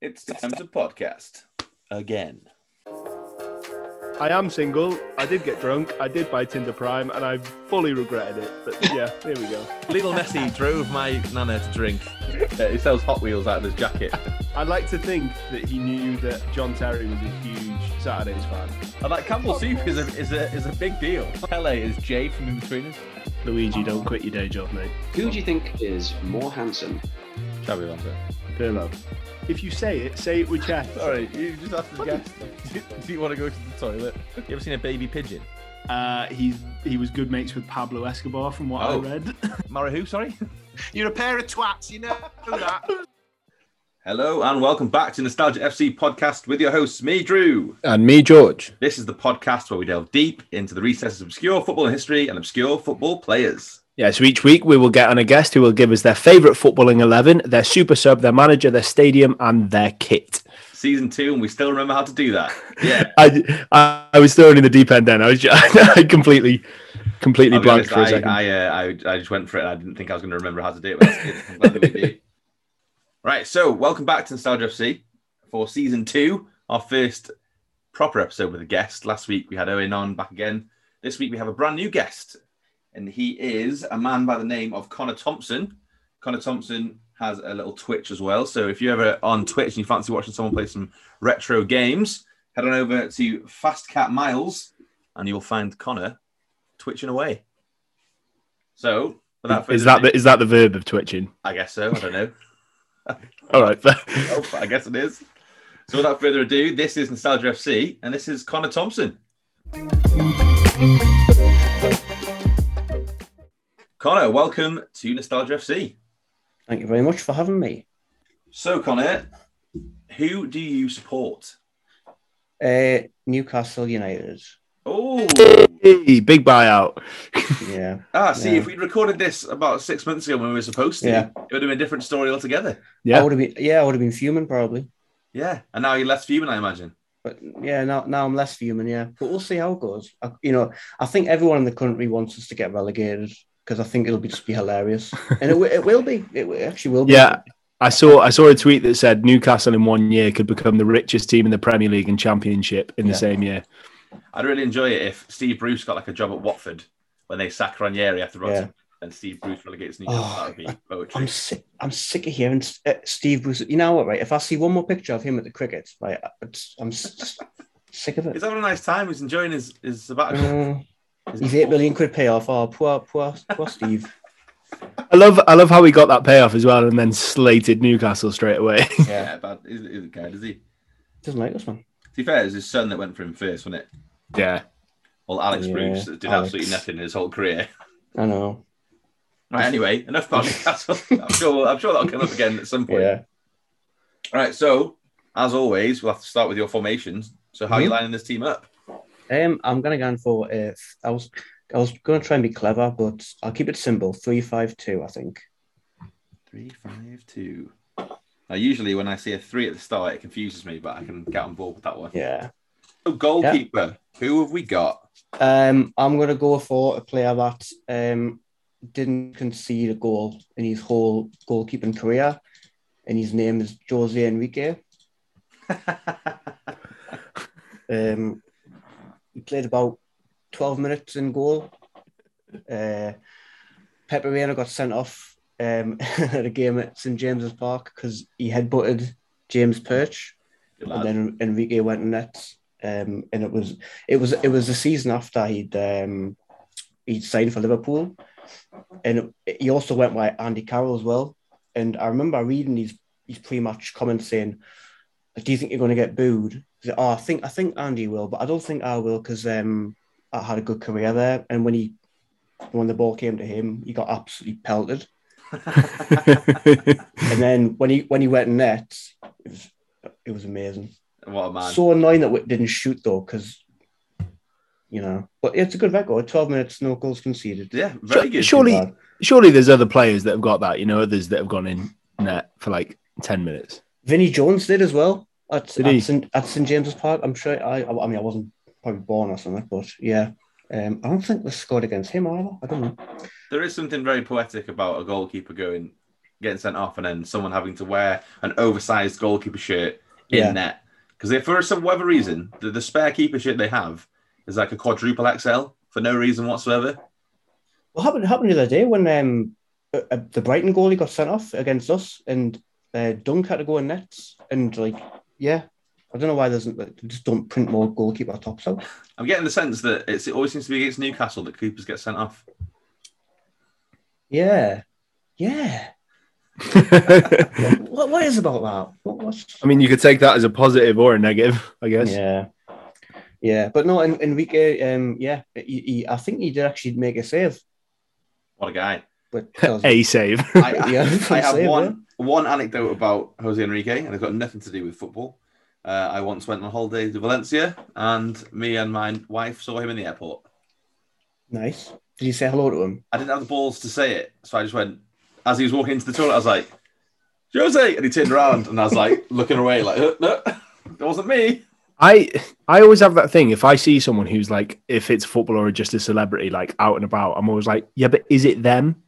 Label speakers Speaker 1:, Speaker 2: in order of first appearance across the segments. Speaker 1: It's time to podcast
Speaker 2: again.
Speaker 3: I am single. I did get drunk. I did buy Tinder Prime, and I fully regretted it. But yeah, here we go.
Speaker 4: Little Messi drove my nana to drink.
Speaker 1: Yeah, Uh, he sells Hot Wheels out of his jacket.
Speaker 3: I'd like to think that he knew that John Terry was a huge Saturdays fan.
Speaker 1: And that Campbell soup is a, is a is a big deal. Pele is Jay from In Between Us.
Speaker 3: Luigi, don't quit your day job, mate.
Speaker 5: Who do you think is more handsome?
Speaker 1: Shabby Lanza.
Speaker 3: Pirlo. If you say it, say it with chest.
Speaker 1: Sorry, you just have to guess. Do you, do you want to go to the toilet?
Speaker 4: You ever seen a baby pigeon?
Speaker 3: Uh, he's he was good mates with Pablo Escobar, from what
Speaker 4: Oh.
Speaker 3: I read.
Speaker 4: Mara who, sorry?
Speaker 6: You're a pair of twats, you know that.
Speaker 1: Hello and welcome back to Nostalgia FC podcast with your hosts, me, Drew.
Speaker 7: And me, George.
Speaker 1: This is the podcast where we delve deep into the recesses of obscure football history and obscure football players.
Speaker 7: Yeah, so each week we will get on a guest who will give us their favourite footballing 11, their super sub, their manager, their stadium, and their kit.
Speaker 1: Season two, and we still remember how to do that. Yeah.
Speaker 7: I, I, I was thrown in the deep end then. I was just, I completely, completely
Speaker 1: I'll be honest,
Speaker 7: blanked for a
Speaker 1: I,
Speaker 7: second.
Speaker 1: I, uh, I, I just went for it. I didn't think I was going to remember how to do it. But that's good. I'm glad that we did. Right. So, welcome back to Nostalgia FC for season two, our first proper episode with a guest. Last week we had Owen on back again. This week we have a brand new guest, and he is a man by the name of Connor Thompson. Connor Thompson has a little Twitch as well. So, if you're ever on Twitch and you fancy watching someone play some retro games, head on over to Fast Cat Miles and you'll find Connor twitching away. So, without further
Speaker 7: is that
Speaker 1: ado-
Speaker 7: the, is that the verb of twitching?
Speaker 1: I guess so. I don't know.
Speaker 7: All right.
Speaker 1: Oh, I guess it is. So, without further ado, this is Nostalgia FC, and this is Connor Thompson. Connor, welcome to Nostalgia FC.
Speaker 5: Thank you very much for having me.
Speaker 1: So, Connor, who do you support?
Speaker 5: Uh, Newcastle United.
Speaker 1: Oh,
Speaker 7: Hey, big buyout.
Speaker 5: Yeah.
Speaker 1: ah, see,
Speaker 5: Yeah.
Speaker 1: if we'd recorded this about six months ago when we were supposed to,
Speaker 5: Yeah.
Speaker 1: it would have been a different story altogether.
Speaker 7: Yeah.
Speaker 5: I would have been. Yeah, I would have been fuming probably.
Speaker 1: Yeah, and now you're less human, I imagine.
Speaker 5: But yeah, now, now I'm less fuming. Yeah, but we'll see how it goes. I, you know, I think everyone in the country wants us to get relegated because I think it'll be just be hilarious, and it, wi- it will be. It wi- actually will be.
Speaker 7: Yeah. I saw I saw a tweet that said Newcastle in one year could become the richest team in the Premier League and Championship in
Speaker 5: Yeah.
Speaker 7: the same year.
Speaker 1: I'd really enjoy it if Steve Bruce got like a job at Watford when they sack Ranieri after
Speaker 5: Yeah.
Speaker 1: Rodgers and Steve Bruce relegates Newcastle.
Speaker 5: Oh,
Speaker 1: that would be poetry.
Speaker 5: I'm sick. I'm sick of hearing uh, Steve Bruce. You know what? Right, if I see one more picture of him at the cricket, right, I- it's- I'm s- sick of it.
Speaker 1: He's having a nice time. He's enjoying his his sabbatical.
Speaker 5: Uh, he's eight million quid payoff. Oh, poor, poor, poor Steve.
Speaker 7: I love I love how he got that payoff as well and then slated Newcastle straight away.
Speaker 1: Yeah, but he isn't guy, does he? To
Speaker 5: Doesn't like this one.
Speaker 1: be fair, it was his son that went for him first, wasn't it?
Speaker 7: yeah.
Speaker 1: Well, Alex
Speaker 5: Yeah,
Speaker 1: Bruce that did
Speaker 5: Alex.
Speaker 1: absolutely nothing his whole career.
Speaker 5: I know.
Speaker 1: Right, anyway, enough about Newcastle. I'm sure I'm sure that'll come up again at some point.
Speaker 5: Yeah.
Speaker 1: All right, so as always, we'll have to start with your formations. So how are you
Speaker 5: Mhm.
Speaker 1: lining this team up?
Speaker 5: Um, I'm gonna go in for uh, th- I was, I was gonna try and be clever, but I'll keep it simple. Three five two, I think.
Speaker 1: Three, five, two. Now, usually when I see a three at the start, it confuses me, but I can get on board with that one.
Speaker 5: Yeah.
Speaker 1: So goalkeeper, who have we got?
Speaker 5: Um, I'm gonna go for a player that um didn't concede a goal in his whole goalkeeping career, and his name is Jose Enrique. Um, he played about 12 minutes in goal. Uh, Pepe Reina got sent off um, at a game at St James's Park because he headbutted James Perch,
Speaker 1: Good
Speaker 5: and
Speaker 1: lad.
Speaker 5: then Enrique went in net. Um, and it was it was it was the season after he'd um, he'd signed for Liverpool, and it- he also went by Andy Carroll as well. And I remember reading his his pre-match comments saying, "Do you think you're going to get booed?" He said, oh, I think I think Andy will, but I don't think I will because um, I had a good career there. And when he when the ball came to him, he got absolutely pelted. And then when he when he went in net, it was it was amazing.
Speaker 1: what a man.
Speaker 5: So annoying that we didn't shoot though, because you know, but it's a good record. Twelve minutes, no goals conceded.
Speaker 1: yeah, very good.
Speaker 7: Surely
Speaker 5: Bad.
Speaker 7: surely there's other players that have got that, you know, others that have gone in net for like 10 minutes.
Speaker 5: Vinnie Jones did as well at
Speaker 7: Did he?
Speaker 5: at, St, at St James's Park. I'm sure. I, I mean, I wasn't probably born or something, but yeah. Um, I don't think we scored against him either. I don't know.
Speaker 1: There is something very poetic about a goalkeeper going getting sent off, and then someone having to wear an oversized goalkeeper shirt in
Speaker 5: Yeah.
Speaker 1: net. Because if for some whatever reason, the, the spare keeper shirt they have is like a quadruple XL for no reason whatsoever.
Speaker 5: What happened happened the other day when um uh, uh, the Brighton goalie got sent off against us and uh, Dunk had to go in nets and like yeah, I don't know why there's like, they just don't print more goalkeeper tops out.
Speaker 1: I'm getting the sense that it's, it always seems to be against Newcastle that keepers get sent off.
Speaker 5: Yeah, yeah.
Speaker 7: I
Speaker 5: What, what, what is about that? What, what's
Speaker 7: mean, you could take that as a positive or a negative, I guess.
Speaker 5: Yeah. Yeah, but no, En- Enrique, um, yeah, he, he, I think he did actually make a save,
Speaker 1: What a guy!
Speaker 5: but
Speaker 7: A save.
Speaker 1: I, I-
Speaker 5: Yeah,
Speaker 1: I have
Speaker 5: save,
Speaker 1: one one anecdote about Jose Enrique, and it's got nothing to do with football. Uh, I once went on holiday to Valencia, and me and my wife saw him in the airport.
Speaker 5: nice. Did you say hello to him?
Speaker 1: I didn't have the balls to say it, so I just went as he was walking into the toilet. I was like, "Jose," and he turned around, and I was like looking away, like, "Uh, "No, that wasn't me."
Speaker 7: I I always have that thing. If I see someone who's like, if it's football or just a celebrity, like out and about, I'm always like, yeah, but is it them?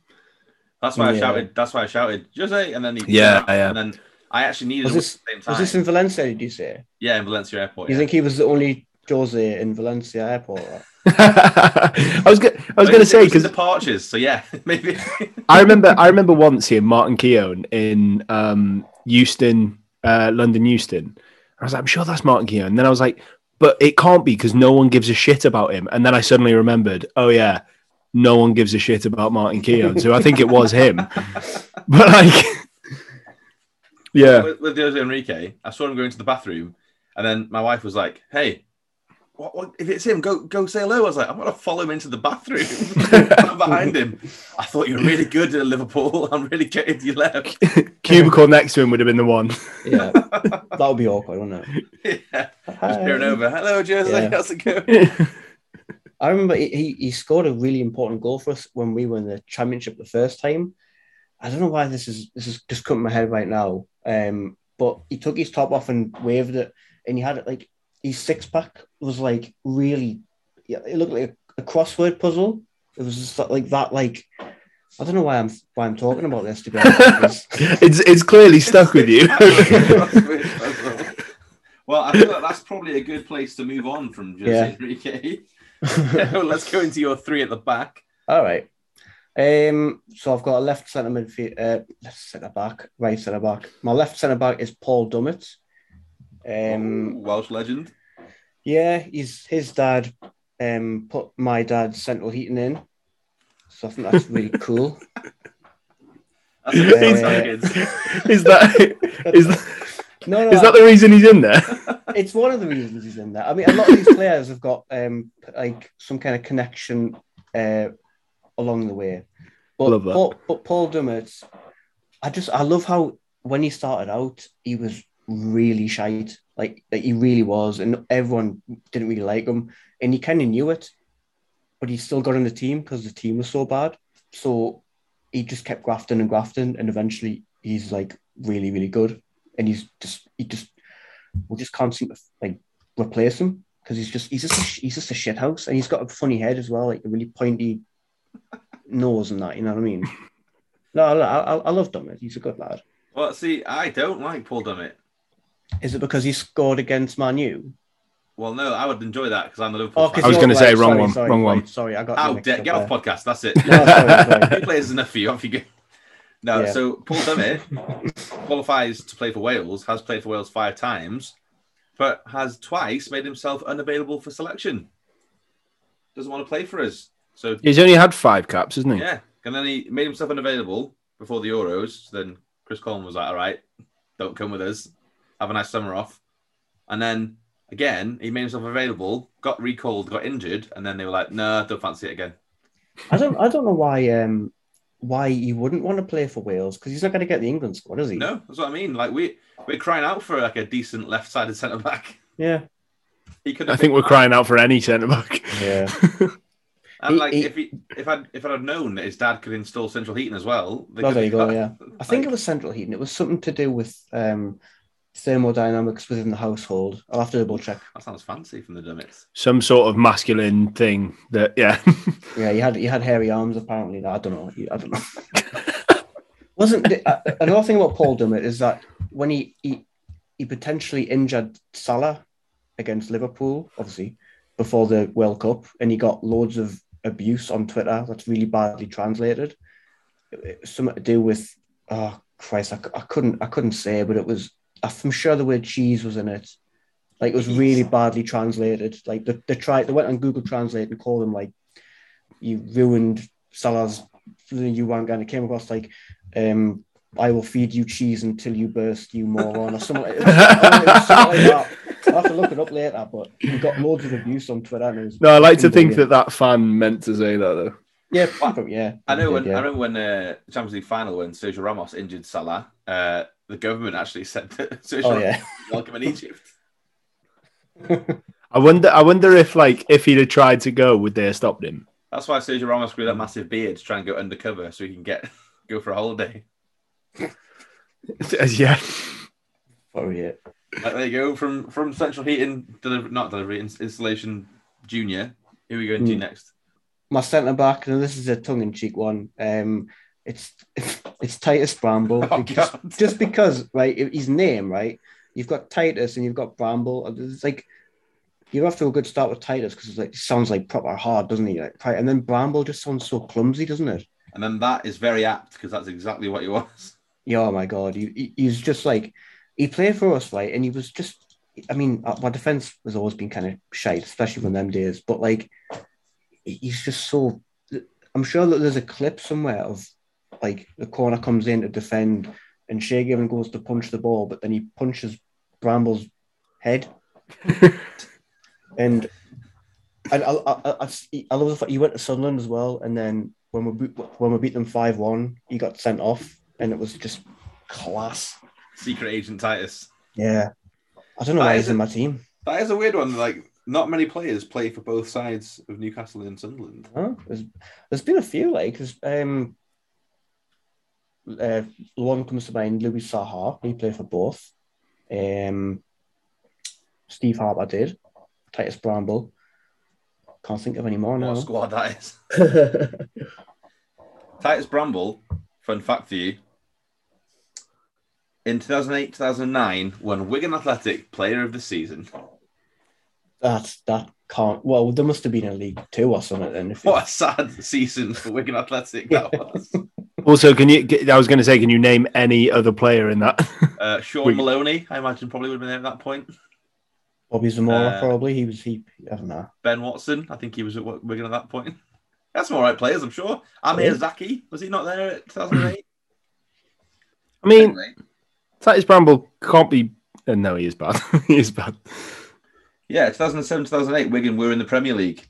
Speaker 1: That's why I
Speaker 5: Yeah.
Speaker 1: shouted. That's why I shouted, "Jose!" And then he turned
Speaker 7: Yeah,
Speaker 1: around,
Speaker 7: yeah.
Speaker 1: and then I actually needed
Speaker 5: Was
Speaker 1: him
Speaker 5: this-
Speaker 1: at the
Speaker 5: Was
Speaker 1: same
Speaker 5: this
Speaker 1: time.
Speaker 5: in Valencia, did you say?
Speaker 1: Yeah, in Valencia Airport.
Speaker 5: You
Speaker 1: yeah.
Speaker 5: think he was the only Jose in Valencia airport?
Speaker 7: I was go- I
Speaker 1: But
Speaker 7: was going to
Speaker 1: it
Speaker 7: say
Speaker 1: it was in
Speaker 7: because
Speaker 1: the Parches, so yeah, maybe.
Speaker 7: I remember I remember once seeing Martin Keown in um, Euston, uh, London Euston. I was like, I'm sure that's Martin Keown. And then I was like, but it can't be because no one gives a shit about him. And then I suddenly remembered, oh yeah, no one gives a shit about Martin Keown. So I think it was him. but like, yeah,
Speaker 1: with, with Jose Enrique, I saw him going to the bathroom, and then my wife was like, "Hey." What, what, if it's him, go go say hello. I was like, I'm gonna follow him into the bathroom. I'm behind him. I thought you were really good at Liverpool. I'm really gutted you left.
Speaker 7: cubicle next to him would have been the one.
Speaker 5: Yeah, that would be awkward, wouldn't it?
Speaker 1: yeah, just
Speaker 5: Hi.
Speaker 1: peering over. Hello, Jose.
Speaker 5: Um, Yeah.
Speaker 1: How's it going?
Speaker 5: I remember he, he, he scored a really important goal for us when we won the championship the first time. I don't know why this is this is just coming to my head right now. Um, but he took his top off and waved it, and he had it like his six pack was like really, yeah, it looked like a, a crossword puzzle. It was just that- like that, like I don't know why I'm why I'm talking about this to be honest. because-
Speaker 7: it's it's clearly stuck with you.
Speaker 1: well, I feel like that's probably a good place to move on from Jose
Speaker 5: Yeah.
Speaker 1: Enrique. Let's go into your three at the back.
Speaker 5: All right. Um, so I've got a left centre midfield, uh, left centre back, right centre back. My left centre back is Paul Dummett. Um,
Speaker 1: Ooh, Welsh legend.
Speaker 5: yeah, he's his dad. Um, put my dad's central heating in, so I think that's really cool.
Speaker 1: That's a good
Speaker 5: Yeah.
Speaker 1: sound, kids.
Speaker 7: is that is that,
Speaker 5: No, no,
Speaker 7: is that the reason he's in there?
Speaker 5: it's one of the reasons he's in there. I mean, a lot of these players have got um like some kind of connection uh along the way. But
Speaker 7: Love that.
Speaker 5: Paul, but Paul Dummett, I just I love how when he started out, he was really shite. Like, like he really was, and everyone didn't really like him, and he kind of knew it, but he still got on the team because the team was so bad. So he just kept grafting and grafting, and eventually he's like really, really good, and he's just he just we just can't seem to like replace him because he's just he's just a, sh- he's just a shit house, and he's got a funny head as well, like a really pointy nose and that. You know what I mean? No, I, I, I love Dummett. He's a good lad.
Speaker 1: Well, see, I don't like Paul Dummett.
Speaker 5: Is it because he scored against Man U?
Speaker 1: Well, no, I would enjoy that because I'm the Liverpool.
Speaker 5: Oh,
Speaker 1: fan.
Speaker 5: 'cause
Speaker 7: I was
Speaker 5: you're
Speaker 7: gonna
Speaker 5: right.
Speaker 7: say, wrong
Speaker 5: Sorry,
Speaker 7: one,
Speaker 5: Sorry,
Speaker 7: wrong one.
Speaker 5: right, Sorry, I got. you
Speaker 1: How
Speaker 5: mixed
Speaker 1: dare
Speaker 5: up
Speaker 1: get off
Speaker 5: there.
Speaker 1: podcast? That's it.
Speaker 5: No, sorry,
Speaker 1: Two
Speaker 5: sorry.
Speaker 1: players is enough for you. Off you go. No,
Speaker 5: Yeah.
Speaker 1: so Paul Dummett qualifies to play for Wales, has played for Wales five times, but has twice made himself unavailable for selection. Doesn't want to play for us. So
Speaker 7: He's only had five caps, isn't he?
Speaker 1: yeah, and then he made himself unavailable before the Euros. So then Chris Coleman was like, "All right, don't come with us. Have a nice summer off." And then again, he made himself available, got recalled, got injured, and then they were like, "No, don't fancy it again."
Speaker 5: I don't. I don't know why. Um, why he wouldn't want to play for Wales because he's not going to get the England squad, is he?
Speaker 1: No, that's what I mean. Like we we're crying out for like a decent left-sided centre back.
Speaker 5: Yeah.
Speaker 1: He could.
Speaker 7: I think we're crying out for any centre back.
Speaker 5: Yeah.
Speaker 1: And like
Speaker 5: he- he-
Speaker 1: if he if I if I'd have known that his dad could install central heating as well. they
Speaker 5: Oh,
Speaker 1: could
Speaker 5: there you
Speaker 1: have got-
Speaker 5: go. Yeah. I think
Speaker 1: like-
Speaker 5: it was central heating. It was something to do with um, thermodynamics within the household. I'll have to double check.
Speaker 1: That sounds fancy from the Dummets.
Speaker 7: Some sort of masculine thing that yeah.
Speaker 5: Yeah, he had he had hairy arms apparently. I don't know. I don't know. Wasn't the, uh, another thing about Paul Dummett is that when he, he he potentially injured Salah against Liverpool, obviously before the World Cup, and he got loads of abuse on Twitter that's really badly translated. It- it was something to do with oh Christ, I, c- I couldn't I couldn't say, but it was I'm sure the word cheese was in it. Like it was really badly translated. Like the, they tried they went on Google Translate and called him like you ruined Salah's you weren't going to came across like um, I will feed you cheese until you burst, you moron, or something like, it was something like that. I'll have to look it up later, but we got loads of abuse on Twitter. And it was,
Speaker 7: No, I like to think that that fan meant to say that though.
Speaker 5: yeah, probably, yeah.
Speaker 1: I know
Speaker 5: Yeah,
Speaker 1: when
Speaker 5: yeah.
Speaker 1: I remember when uh, Champions League final when Sergio Ramos injured Salah, uh, the government actually said that Sergio
Speaker 5: Oh
Speaker 1: Ramos
Speaker 5: yeah,
Speaker 1: was welcome in Egypt.
Speaker 7: I wonder. I wonder if like if he'd have tried to go, would they have stopped him?
Speaker 1: That's why Sergio Ramos grew
Speaker 5: Mm.
Speaker 1: that massive beard to try and go undercover so he can get go for a holiday.
Speaker 7: yeah.
Speaker 5: probably it.
Speaker 1: Like, there you go from from central heating deliver, not delivery ins- installation junior. Who are we going to
Speaker 5: Hmm.
Speaker 1: next?
Speaker 5: My centre back, and this is a tongue in cheek one. Um, it's it's Titus Bramble.
Speaker 1: Oh,
Speaker 5: just,
Speaker 1: God.
Speaker 5: just because, right? His name, right? You've got Titus and you've got Bramble. It's like you're off to a good start with Titus because like, it sounds like proper hard, doesn't he? Like, pri- and then Bramble just sounds so clumsy, doesn't it?
Speaker 1: And then that is very apt because that's exactly what he was.
Speaker 5: Yeah, oh my God. He, he, he's just like, he played for us, right? And he was just, I mean, uh, my defense has always been kind of shite, especially from them days, but like, he- he's just so. I'm sure that there's a clip somewhere of like the corner comes in to defend and Shea Given goes to punch the ball, but then he punches Bramble's head. and and I, I, I, I- I love the fact he went to Sunderland as well. And then when we beat, when we beat them 5 1, he got sent off and it was just class.
Speaker 1: Secret agent Titus.
Speaker 5: Yeah. I don't know
Speaker 1: That
Speaker 5: why
Speaker 1: is
Speaker 5: he's in
Speaker 1: a-
Speaker 5: my team.
Speaker 1: That is a weird one. Like not many players play for both sides of Newcastle and Sunderland.
Speaker 5: Huh? There's, there's been a few, like, there's, um, uh, one comes to mind, Louis Saha, he played for both. Um, Steve Harper did, Titus Bramble. Can't think of any more
Speaker 1: What a
Speaker 5: now.
Speaker 1: squad that is. Titus Bramble, fun fact for you. In 2008 2009, won Wigan Athletic Player of the Season.
Speaker 5: That's that can't. Well, there must have been a League Two or something. Then if it-
Speaker 1: What a sad season for Wigan Athletic that was.
Speaker 7: Also, can you? I was going to say, can you name any other player in that?
Speaker 1: Uh, Sean
Speaker 7: Wigan.
Speaker 1: Maloney, I imagine, probably would have been there at that point.
Speaker 5: Bobby Zamora
Speaker 1: Uh,
Speaker 5: probably he was he. I don't know.
Speaker 1: Ben Watson, I think he was at Wi- Wigan at that point. That's some all right players, I'm sure. Amir
Speaker 5: Yeah.
Speaker 1: Zaki, was he not there at 2008?
Speaker 7: I mean,
Speaker 1: Anyway,
Speaker 7: Titus Bramble can't be. Uh, no, he is bad. he is bad.
Speaker 1: yeah, 2007 2008, Wigan were in the Premier League.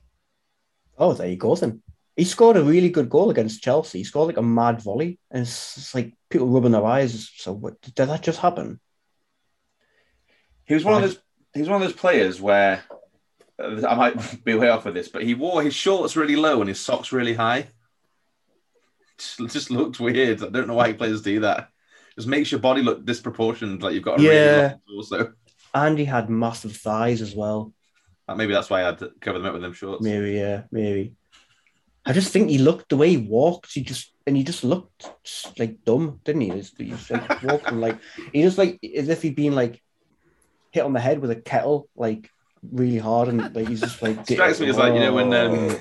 Speaker 5: Oh, there you go then. He scored a really good goal against Chelsea. He scored like a mad volley, and it's, it's like people rubbing their eyes. So what, did that just happen?
Speaker 1: He was one of
Speaker 5: Right.
Speaker 1: those. He was one of those players where uh, I might be way off with this, but he wore his shorts really low and his socks really high. Just, just looked weird. I don't know why players do that. Just makes your body look disproportioned, like you've got a
Speaker 5: Yeah.
Speaker 1: really long torso.
Speaker 5: And he had massive thighs as well.
Speaker 1: Uh, Maybe that's why I had to cover them up with them shorts.
Speaker 5: Maybe, yeah, maybe. I just think he looked the way he walked. He just and he just looked just, like dumb, didn't he? He just, he just like, walked and like he just like as if he'd been like hit on the head with a kettle, like really hard, and like he's just like
Speaker 1: Strikes me as like you know when um,
Speaker 5: Oh.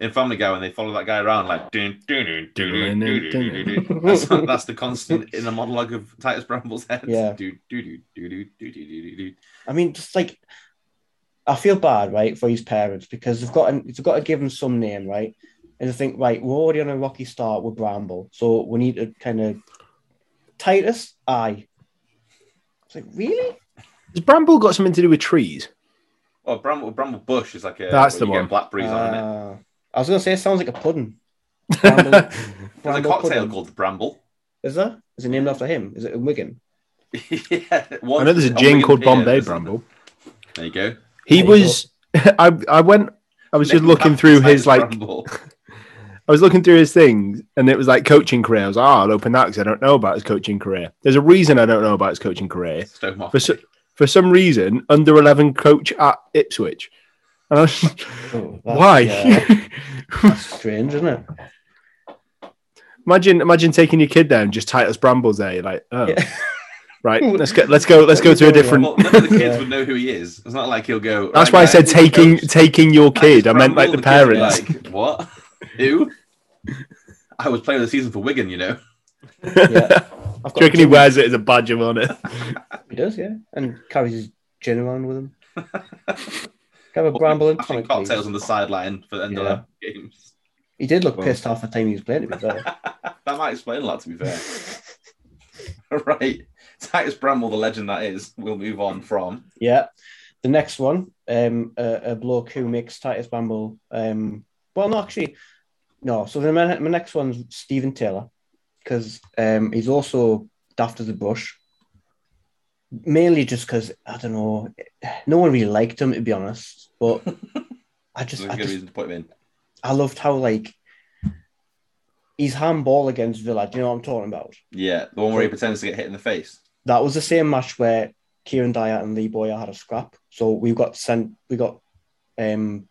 Speaker 1: in Family Guy when they follow that guy around like dun, dun, dun, dun, dun, dun, dun, dun, dun. that's that's the constant in the monologue of Titus Bramble's head.
Speaker 5: Yeah.
Speaker 1: Dun, dun, dun, dun, dun, dun, dun, dun,
Speaker 5: I mean, just like I feel bad, right, for his parents because they've got they've got to give him some name, right? And they think, right, we're already on a rocky start with Bramble, so we need to kind of Titus. Aye. It's like really?
Speaker 7: Has Bramble got something to do with trees?
Speaker 1: Oh, Bramble, Bramble Bush is like a
Speaker 7: That's the
Speaker 1: you get
Speaker 7: one.
Speaker 1: Blackberries on it.
Speaker 5: Uh, I was gonna say it sounds like a pudding. Bramble
Speaker 7: That's
Speaker 1: There's a
Speaker 5: Bramble
Speaker 1: cocktail
Speaker 5: pudding.
Speaker 1: called the Bramble.
Speaker 5: Is there? Is it named after him? Is it in Wigan?
Speaker 1: yeah, one,
Speaker 7: I know there's a gin called Bombay Bramble.
Speaker 1: There you go.
Speaker 7: He
Speaker 5: There you
Speaker 7: was. I I went. I was just
Speaker 1: Nick
Speaker 7: looking
Speaker 1: Bramble,
Speaker 7: through
Speaker 1: Titus
Speaker 7: his like.
Speaker 1: Bramble.
Speaker 7: I was looking through his things, and it was like coaching career. I was like, oh, I'll open that because I don't know about his coaching career. There's a reason I don't know about his coaching career.
Speaker 1: Stoke Moss.
Speaker 7: For so, for some reason, under eleven coach at Ipswich. And I was,
Speaker 5: Oh, that's-
Speaker 7: why?
Speaker 5: yeah, that's strange, isn't it?
Speaker 7: Imagine, imagine taking your kid there and just Titus Brambles there. You're like, oh,
Speaker 5: Yeah.
Speaker 7: right. Let's go. Let's go. Let's go to a different.
Speaker 1: Well, none of the kids
Speaker 5: Yeah.
Speaker 1: would know who he is. It's not like he'll go. "Right,
Speaker 7: That's why I
Speaker 1: guys,
Speaker 7: said
Speaker 1: here's the
Speaker 7: taking
Speaker 1: coach."
Speaker 7: taking your kid. I
Speaker 1: just
Speaker 7: meant like the
Speaker 1: rambled, kids would be
Speaker 7: parents.
Speaker 1: Like, what? Who? I was playing the season for Wigan, you know.
Speaker 5: Yeah. I've got
Speaker 7: Do you reckon he
Speaker 5: two-
Speaker 7: wears it as a badge of honor?
Speaker 5: He does, yeah. And carries his gin around with him. Have a bramble and
Speaker 1: Having
Speaker 5: tonic,
Speaker 1: cocktails
Speaker 5: please.
Speaker 1: on the sideline for the end of the games.
Speaker 5: He did look
Speaker 7: Well.
Speaker 5: pissed half the time he was playing it with that.
Speaker 1: That might explain a lot, to be fair. right. Titus Bramble, the legend that is, we'll move on from.
Speaker 5: yeah. The next one, um, a, a bloke who makes Titus Bramble. Um, well, no, actually, no. So then my, my next one's Stephen Taylor because um, he's also daft as a brush. Mainly just because I don't know, no one really liked him to be honest. But I
Speaker 1: There's
Speaker 5: just,
Speaker 1: a
Speaker 5: I
Speaker 1: good
Speaker 5: just
Speaker 1: reason to put him in.
Speaker 5: I loved how like he's handball against Villa. Do you know what I'm talking about?
Speaker 1: Yeah, the one where he pretends to get hit in the face.
Speaker 5: That was the same match where Kieran Dyer and Lee Boyer had a scrap. So we got sent. We got um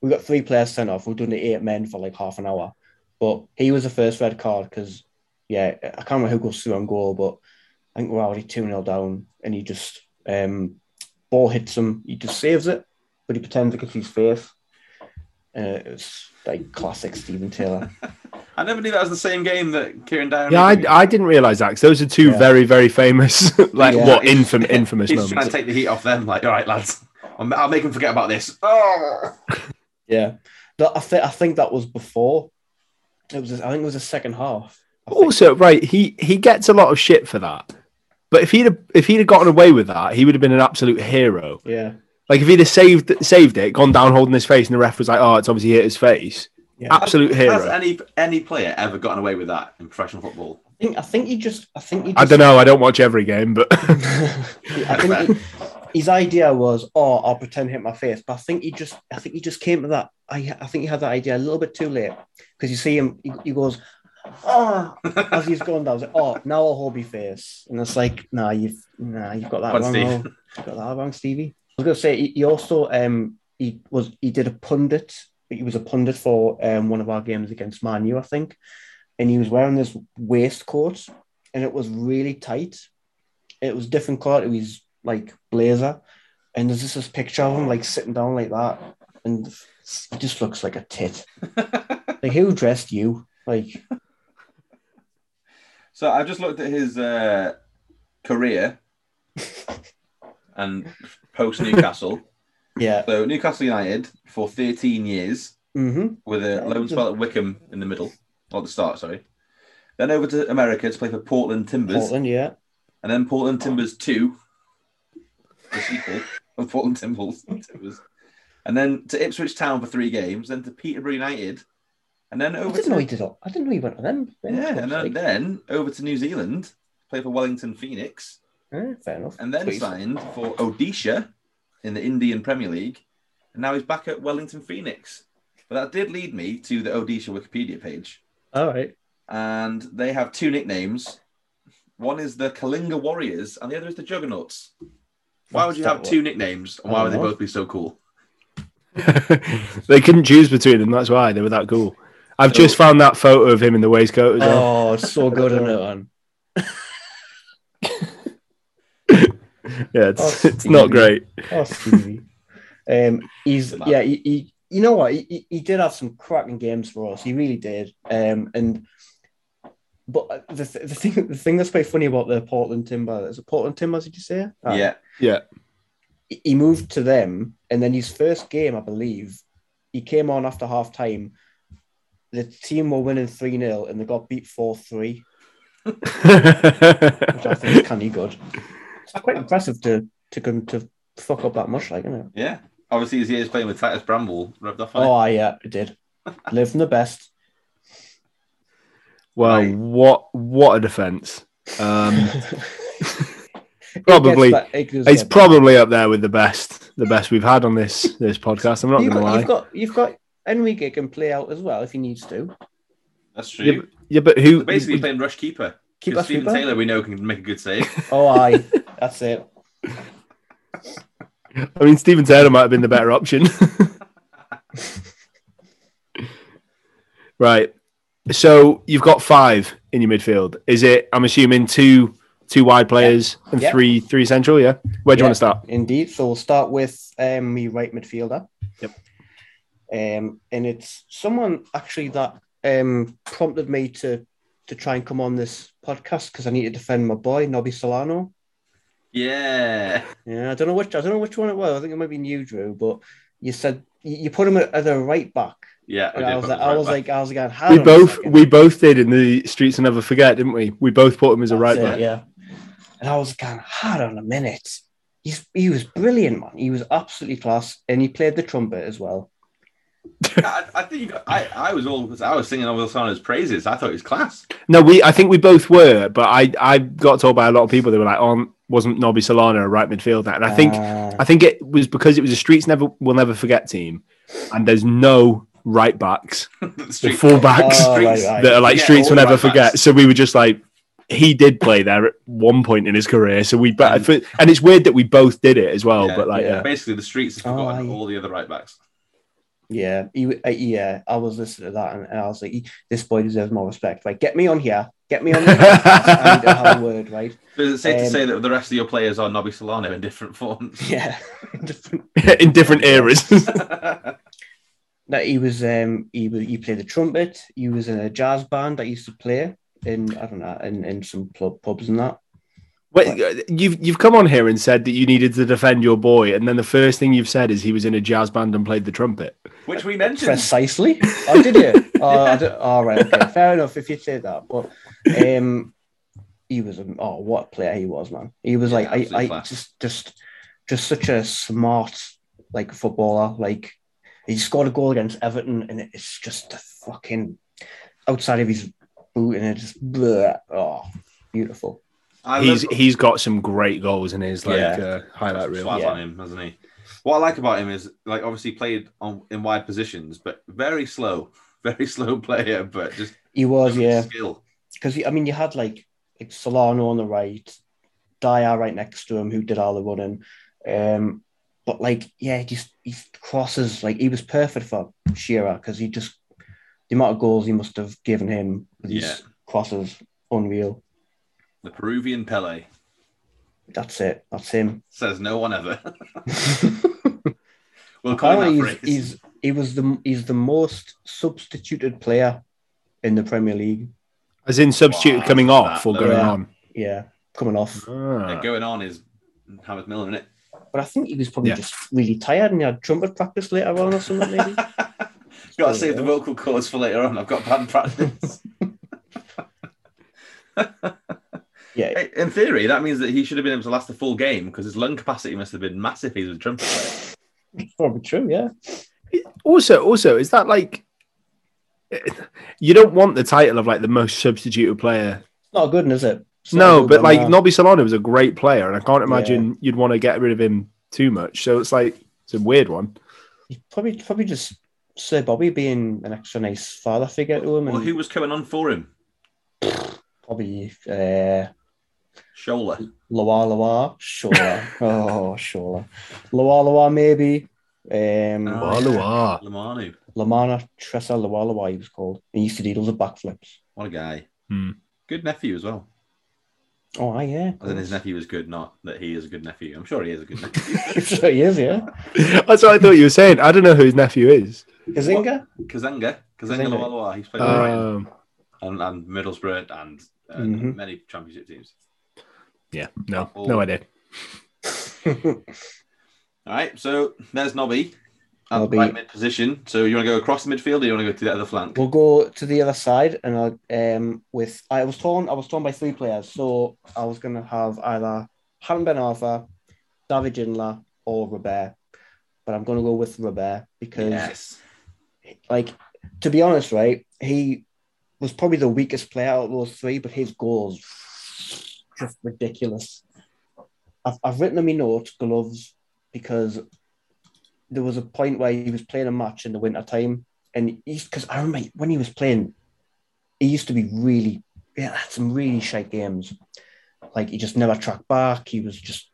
Speaker 5: we got three players sent off. We're doing the eight men for like half an hour, but he was the first red card because yeah, I can't remember who goes through on goal, but I think we're already two 0 down, and he just um ball hits him. He just saves it, but he pretends like it's his face. Uh, it was like classic Steven Taylor.
Speaker 1: I never knew that was the same game that Kieran Dyer.
Speaker 7: Yeah, I, I didn't realize that 'cause those are two
Speaker 5: Yeah.
Speaker 7: very very famous, like
Speaker 5: Yeah.
Speaker 7: what infam- infamous
Speaker 1: He's just trying
Speaker 7: moments.
Speaker 1: to take the heat off them. Like, all right, lads, I'm, I'll make him forget about this. Oh!
Speaker 5: Yeah, that, I think I think that was before. It was I think it was the second half. I think.
Speaker 7: Also, right, he he gets a lot of shit for that. But if he'd have, if he'd have gotten away with that, he would have been an absolute hero.
Speaker 5: yeah,
Speaker 7: Like if he'd have saved saved it, gone down holding his face, and the ref was like, "Oh, it's obviously hit his face."
Speaker 5: Yeah.
Speaker 7: Absolute
Speaker 1: Has
Speaker 7: hero.
Speaker 1: any any player ever gotten away with that in professional football?
Speaker 5: I think I think he just I think he. Just,
Speaker 7: I don't know. I don't watch every game, but
Speaker 5: I think he- his idea was, oh, I'll pretend hit my face, but I think he just I think he just came to that. I I think he had that idea a little bit too late because you see him, he, he goes, oh, as he's going down, he's like, oh, now I'll hold my face, and it's like, nah, you've nah, you've got that
Speaker 1: Come on,
Speaker 5: wrong.
Speaker 1: Steve.
Speaker 5: oh. You got that wrong, Stevie. I was gonna say he, he also um he was he did a pundit. He was a pundit for um, one of our games against Man U, I think, and he was wearing this waistcoat, and it was really tight. It was different color to his like blazer, and there's just this picture of him like sitting down like that, and he just looks like a tit. like who dressed you? Like
Speaker 1: So I've just looked at his uh, career and post Newcastle.
Speaker 5: yeah,
Speaker 1: so Newcastle United for 13 years
Speaker 5: mm-hmm.
Speaker 1: with a
Speaker 5: That
Speaker 1: loan
Speaker 5: was a-
Speaker 1: spell at Wickham in the middle, or the start, sorry. Then over to America to play for Portland Timbers,
Speaker 5: Portland, yeah,
Speaker 1: and then
Speaker 5: Oh.
Speaker 1: Portland Timbers two, the sequel of Portland Timbers, Timbers, and then to Ipswich Town for three games, then to Peterborough United, and then
Speaker 5: I
Speaker 1: over
Speaker 5: didn't
Speaker 1: to
Speaker 5: know he did. All, I didn't know he went to them.
Speaker 1: yeah, and then,
Speaker 5: Like,
Speaker 1: then over to New Zealand, to play for Wellington Phoenix,
Speaker 5: eh, fair enough.
Speaker 1: and then
Speaker 5: Sweet.
Speaker 1: signed for Odisha in the Indian Premier League, and now he's back at Wellington Phoenix. But that did lead me to the Odisha Wikipedia page,
Speaker 5: All right.
Speaker 1: and they have two nicknames. One is the Kalinga Warriors, and the other is the Juggernauts. Why would you have two nicknames, and why would they
Speaker 5: Oh.
Speaker 1: both be so cool?
Speaker 7: they couldn't choose between them. That's why they were that cool. I've
Speaker 1: So-
Speaker 7: just found that photo of him in the waistcoat. As well.
Speaker 5: Oh, it's so good on it, man.
Speaker 7: yeah, it's,
Speaker 5: oh,
Speaker 7: it's not
Speaker 5: Stevie.
Speaker 7: great.
Speaker 5: Oh, Stevie. um, he's
Speaker 1: Good lad.
Speaker 5: yeah. He, he, you know what? He- He, he did have some cracking games for us. He really did. Um, and but uh, the, th- the thing the thing that's quite funny about the Portland Timber is it Portland Timbers? Did you say? Ah.
Speaker 1: Yeah,
Speaker 5: He he moved to them, and then his first game, I believe, he came on after half time. The team were winning 3 0 and they got beat 4 3, which I think is kind of good. It's quite impressive to to come to fuck up that much, like, isn't it?
Speaker 1: yeah. Obviously, his years playing with Titus Bramble rubbed off on him.
Speaker 5: Oh, yeah, it did. Live from the best.
Speaker 7: well,
Speaker 1: Right.
Speaker 7: what what a defense. Um, probably It's
Speaker 5: It's
Speaker 7: probably up there with the best, the best we've had on this this podcast. I'm not
Speaker 5: You've
Speaker 7: going to
Speaker 5: got,
Speaker 7: lie.
Speaker 5: you've got you've got Enrique can play out as well if he needs to.
Speaker 1: That's true.
Speaker 7: yeah, but, yeah, but who?
Speaker 1: They're basically playing rush keeper.
Speaker 5: Keep
Speaker 1: 'Cause
Speaker 5: us
Speaker 1: Stephen
Speaker 5: keeper.
Speaker 1: Taylor, we know, can make a good save.
Speaker 5: Oh, aye, that's it.
Speaker 7: I mean, Steven Taylor might have been the better option. right. So you've got five in your midfield. Is it? I'm assuming two two wide players and
Speaker 5: Yeah.
Speaker 7: three three central. Yeah. Where do you
Speaker 5: Yeah.
Speaker 7: want to start?
Speaker 5: Indeed. So we'll start with um, me right midfielder.
Speaker 7: Yep.
Speaker 5: Um, and it's someone actually that um, prompted me to to try and come on this podcast because I need to defend my boy Nobby Solano.
Speaker 1: Yeah.
Speaker 5: Yeah, I don't know which I don't know which one it was. I think it might be new Drew, but you said you you put him at, at the right back,
Speaker 1: Yeah.
Speaker 5: and
Speaker 1: did
Speaker 5: I was
Speaker 1: put
Speaker 5: like,
Speaker 1: this
Speaker 5: I
Speaker 1: right
Speaker 5: was
Speaker 1: back.
Speaker 5: like, I was like, hang
Speaker 7: We
Speaker 5: on a
Speaker 7: both
Speaker 5: second.
Speaker 7: we both did in the streets and never forget, didn't we? We both put him as a
Speaker 5: That's
Speaker 7: right
Speaker 5: it,
Speaker 7: back.
Speaker 5: Yeah. And I was going, hard on a minute. He's, he was brilliant, man. He was absolutely class. And he played the trumpet as well.
Speaker 1: I, I think you got, I, I was all I was singing Ovil Sano's praises. I thought it was class.
Speaker 7: No, we I think we both were, but I I got told by a lot of people they were like, "On wasn't Nobby Solano a right midfielder?" And I think
Speaker 5: Uh,
Speaker 7: I think it was because it was a streets never will never forget team, and there's no right backs
Speaker 1: The
Speaker 7: or
Speaker 1: street-
Speaker 7: full backs
Speaker 5: Oh, right,
Speaker 1: streets
Speaker 5: right.
Speaker 7: that are like
Speaker 1: Yeah,
Speaker 7: streets
Speaker 1: all
Speaker 7: will never
Speaker 1: right
Speaker 7: forget.
Speaker 1: backs.
Speaker 7: So we were just like, he did play there at one point in his career. So we better, for, and it's weird that we both did it as well.
Speaker 1: Yeah,
Speaker 7: but like,
Speaker 5: yeah.
Speaker 7: yeah.
Speaker 1: Basically, the streets have
Speaker 5: Oh,
Speaker 1: forgotten
Speaker 5: I-
Speaker 1: all the other right backs.
Speaker 5: Yeah, he, w- uh, yeah. I was listening to that, and, and I was like, "He- "This boy deserves more respect." Right, get me on here. Get me on. The podcast. I need to have a word, right?
Speaker 1: But is it safe
Speaker 5: Um,
Speaker 1: to say that the rest of your players are Nobby Solano in different forms?
Speaker 5: Yeah.
Speaker 7: in different eras.
Speaker 5: no, he was. Um, he was. He played the trumpet. He was in a jazz band that used to play in. I don't know. In, in some club pubs and that.
Speaker 7: Wait, you've you've come on here and said that you needed to defend your boy, and then the first thing you've said is he was in a jazz band and played the trumpet.
Speaker 1: Which we mentioned.
Speaker 5: Precisely. Oh, did you? Oh, I don't, all right. Okay. Fair enough. If you say that, but um, he was a oh, what a player he was, man. He was like I,
Speaker 1: absolutely
Speaker 5: I
Speaker 1: class.
Speaker 5: just, just, just such a smart like footballer. Like he scored a goal against Everton, and it's just a fucking outside of his boot, and it's just bleh, oh, beautiful.
Speaker 1: I
Speaker 7: He's
Speaker 1: love-
Speaker 7: he's got some great goals in his like uh, highlight
Speaker 1: That's
Speaker 7: reel.
Speaker 1: flat
Speaker 5: Yeah.
Speaker 1: on him, hasn't he? What I like about him is like obviously played on in wide positions, but very slow, very slow player, but just
Speaker 5: He was, yeah.
Speaker 1: skill.
Speaker 5: because I mean you had like like Solano on the right, Dyer right next to him who did all the running, um, but like yeah, just he crosses like he was perfect for Shearer because he just the amount of goals he must have given him with
Speaker 1: Yeah.
Speaker 5: these crosses unreal.
Speaker 1: The Peruvian Pele
Speaker 5: That's it. That's him.
Speaker 1: says no one ever. we'll call him that
Speaker 5: Apparently
Speaker 1: phrase.
Speaker 5: he's, he's he was the he's the most substituted player in the Premier League.
Speaker 7: As in substitute
Speaker 1: Wow,
Speaker 7: coming
Speaker 1: that-
Speaker 7: off or
Speaker 1: that-
Speaker 7: going
Speaker 5: yeah.
Speaker 7: on.
Speaker 5: Yeah, coming off.
Speaker 1: Yeah,
Speaker 7: Ah.
Speaker 1: going on is Hammett Miller, isn't it?
Speaker 5: But I think he was probably
Speaker 7: Yeah.
Speaker 5: just really tired and he had trumpet practice later on or something maybe.
Speaker 1: Got to save the vocal cords for later on. I've got band practice.
Speaker 5: Yeah,
Speaker 1: Hey, In theory, that means that he should have been able to last the full game because his lung capacity must have been massive. He was a trumpet player.
Speaker 5: Probably true, yeah.
Speaker 7: Also, also, is that like you don't want the title of like the most substituted player?
Speaker 5: It's not good, is it? It's not a
Speaker 7: no,
Speaker 5: good uh,
Speaker 7: but
Speaker 5: one,
Speaker 7: like
Speaker 5: no.
Speaker 7: Nobby Solano was a great player, and I can't imagine you'd want to get rid of him too much. So it's like it's a weird one.
Speaker 5: probably probably just Sir Bobby being an extra nice father figure to him, and
Speaker 1: Well, who was coming on for him?
Speaker 5: probably uh,
Speaker 1: Shola.
Speaker 5: Loa Loa, Shola, oh Shola, Loa Loa maybe, um,
Speaker 1: Oh.
Speaker 7: Wah, wah.
Speaker 1: Lamanu.
Speaker 5: Lamana Tressa Loa Loa he was called. He used to do loads of backflips.
Speaker 1: What a guy.
Speaker 7: Hmm.
Speaker 1: Good nephew as well.
Speaker 5: Oh, aye, yeah.
Speaker 1: As in his nephew is good, not that he is a good nephew. I'm sure he is a good nephew.
Speaker 5: so he is, yeah.
Speaker 7: That's what I thought you were saying. I don't know who his nephew is.
Speaker 5: Kazinga?
Speaker 1: Kazanga. Kazanga
Speaker 5: Kazanga. Uh,
Speaker 1: Lawalua. He's played for Brighton
Speaker 7: Um,
Speaker 1: and, and Middlesbrough and uh,
Speaker 5: Mhm.
Speaker 1: many championship teams.
Speaker 7: yeah, no,
Speaker 1: Oh.
Speaker 7: no idea.
Speaker 1: All right, so there's Nobby at
Speaker 5: Nobby.
Speaker 1: right mid position. So you want to go across the midfield or you want to go to the other flank?
Speaker 5: We'll go to the other side, and I um with I was torn. I was torn by three players, so I was gonna have either Haran Ben Arfa, David Ginola, or Robert. But I'm gonna go with Robert because,
Speaker 1: yes.
Speaker 5: like, to be honest, right, he was probably the weakest player out of those three, but his goals just ridiculous. I've, I've written on my notes gloves because there was a point where he was playing a match in the winter time, and because I remember when he was playing, he used to be really yeah, had some really shite games. Like he just never tracked back. He was just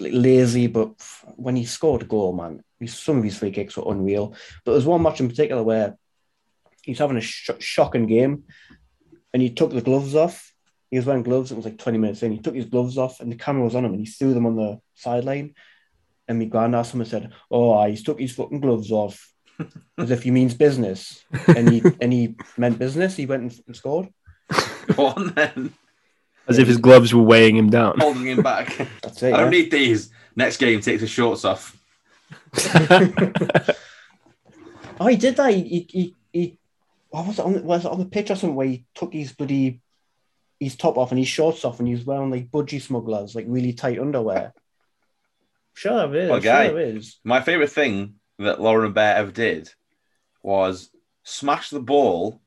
Speaker 5: like, lazy. But f- when he scored a goal, man, he- some of his free kicks were unreal. But there was one match in particular where he was having a sh- shocking game, and he took the gloves off. He was wearing gloves. It was like twenty minutes in. He took his gloves off, and the camera was on him, and he threw them on the sideline. And my grand asked him and said, "Oh, aye, he's took his fucking gloves off." As if he means business, and he and he meant business. He went and fucking scored.
Speaker 1: Go on then.
Speaker 7: As if his gloves were weighing him down.
Speaker 1: Holding him back. I
Speaker 5: That's it.
Speaker 1: don't
Speaker 5: yeah.
Speaker 1: need these. Next game takes his shorts off.
Speaker 5: Oh, he did that. He, he, he, he what was it on? Was it on the pitch or something where he took his bloody his top off and his shorts off and he was wearing like budgie smugglers, like really tight underwear. Sure, it is.
Speaker 1: What a guy.
Speaker 5: Sure, it is.
Speaker 1: My favourite thing that Lauren Bear ever did was smash the ball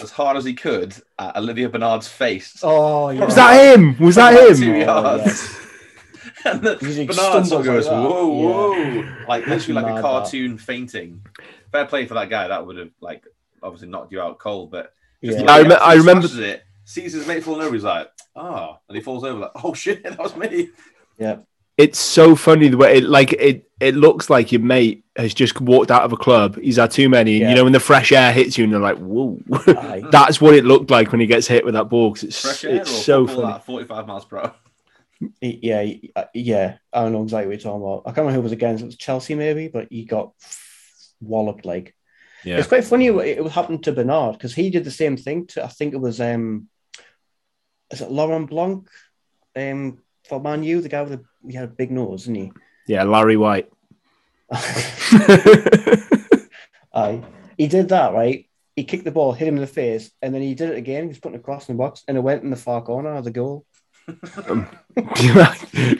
Speaker 1: as hard as he could at Olivia Bernard's face.
Speaker 5: Oh, yeah.
Speaker 7: Was that him? Was that
Speaker 1: Two
Speaker 7: him? Oh,
Speaker 5: yeah.
Speaker 1: yards. and the,
Speaker 5: He
Speaker 1: Bernard
Speaker 5: just
Speaker 1: sort of
Speaker 5: stumbles
Speaker 1: goes,
Speaker 5: like that.
Speaker 1: whoa, whoa. Like literally like a
Speaker 5: Mad, that.
Speaker 1: cartoon fainting. Fair play for that guy. That would have like obviously knocked you out cold, but just
Speaker 5: Yeah.
Speaker 1: the way
Speaker 7: I
Speaker 1: he
Speaker 7: remem-
Speaker 1: actually
Speaker 7: I remember-
Speaker 1: smashes it. Sees his mate falling over. He's like, "Ah!" and he falls over. Like, "Oh shit, that was me."
Speaker 7: It's so funny the way it like it. It looks like your mate has just walked out of a club. He's had too many, and you
Speaker 5: Yeah.
Speaker 7: know when the fresh air hits you, and they're like, "Whoa!"
Speaker 5: Aye.
Speaker 7: That's what it looked like when he gets hit with that ball. 'cause it's
Speaker 1: Fresh air
Speaker 7: it's
Speaker 1: or
Speaker 7: so
Speaker 1: football
Speaker 7: funny.
Speaker 1: at 45 miles per hour.
Speaker 5: He- yeah, he- uh, yeah. I don't know exactly what you're talking about. I can't remember who it was against. It was Chelsea, maybe, but he got walloped like.
Speaker 4: Yeah.
Speaker 5: It's quite funny. It, it happened to Bernard because he did the same thing. To I think it was um, is it Laurent Blanc, um, for Man U, the guy with the he had a big nose, didn't he?
Speaker 7: Yeah, Larry White.
Speaker 5: Aye. He did that, right? He kicked the ball, hit him in the face, and then he did it again. He was putting it across in the box, and it went in the far corner of the goal.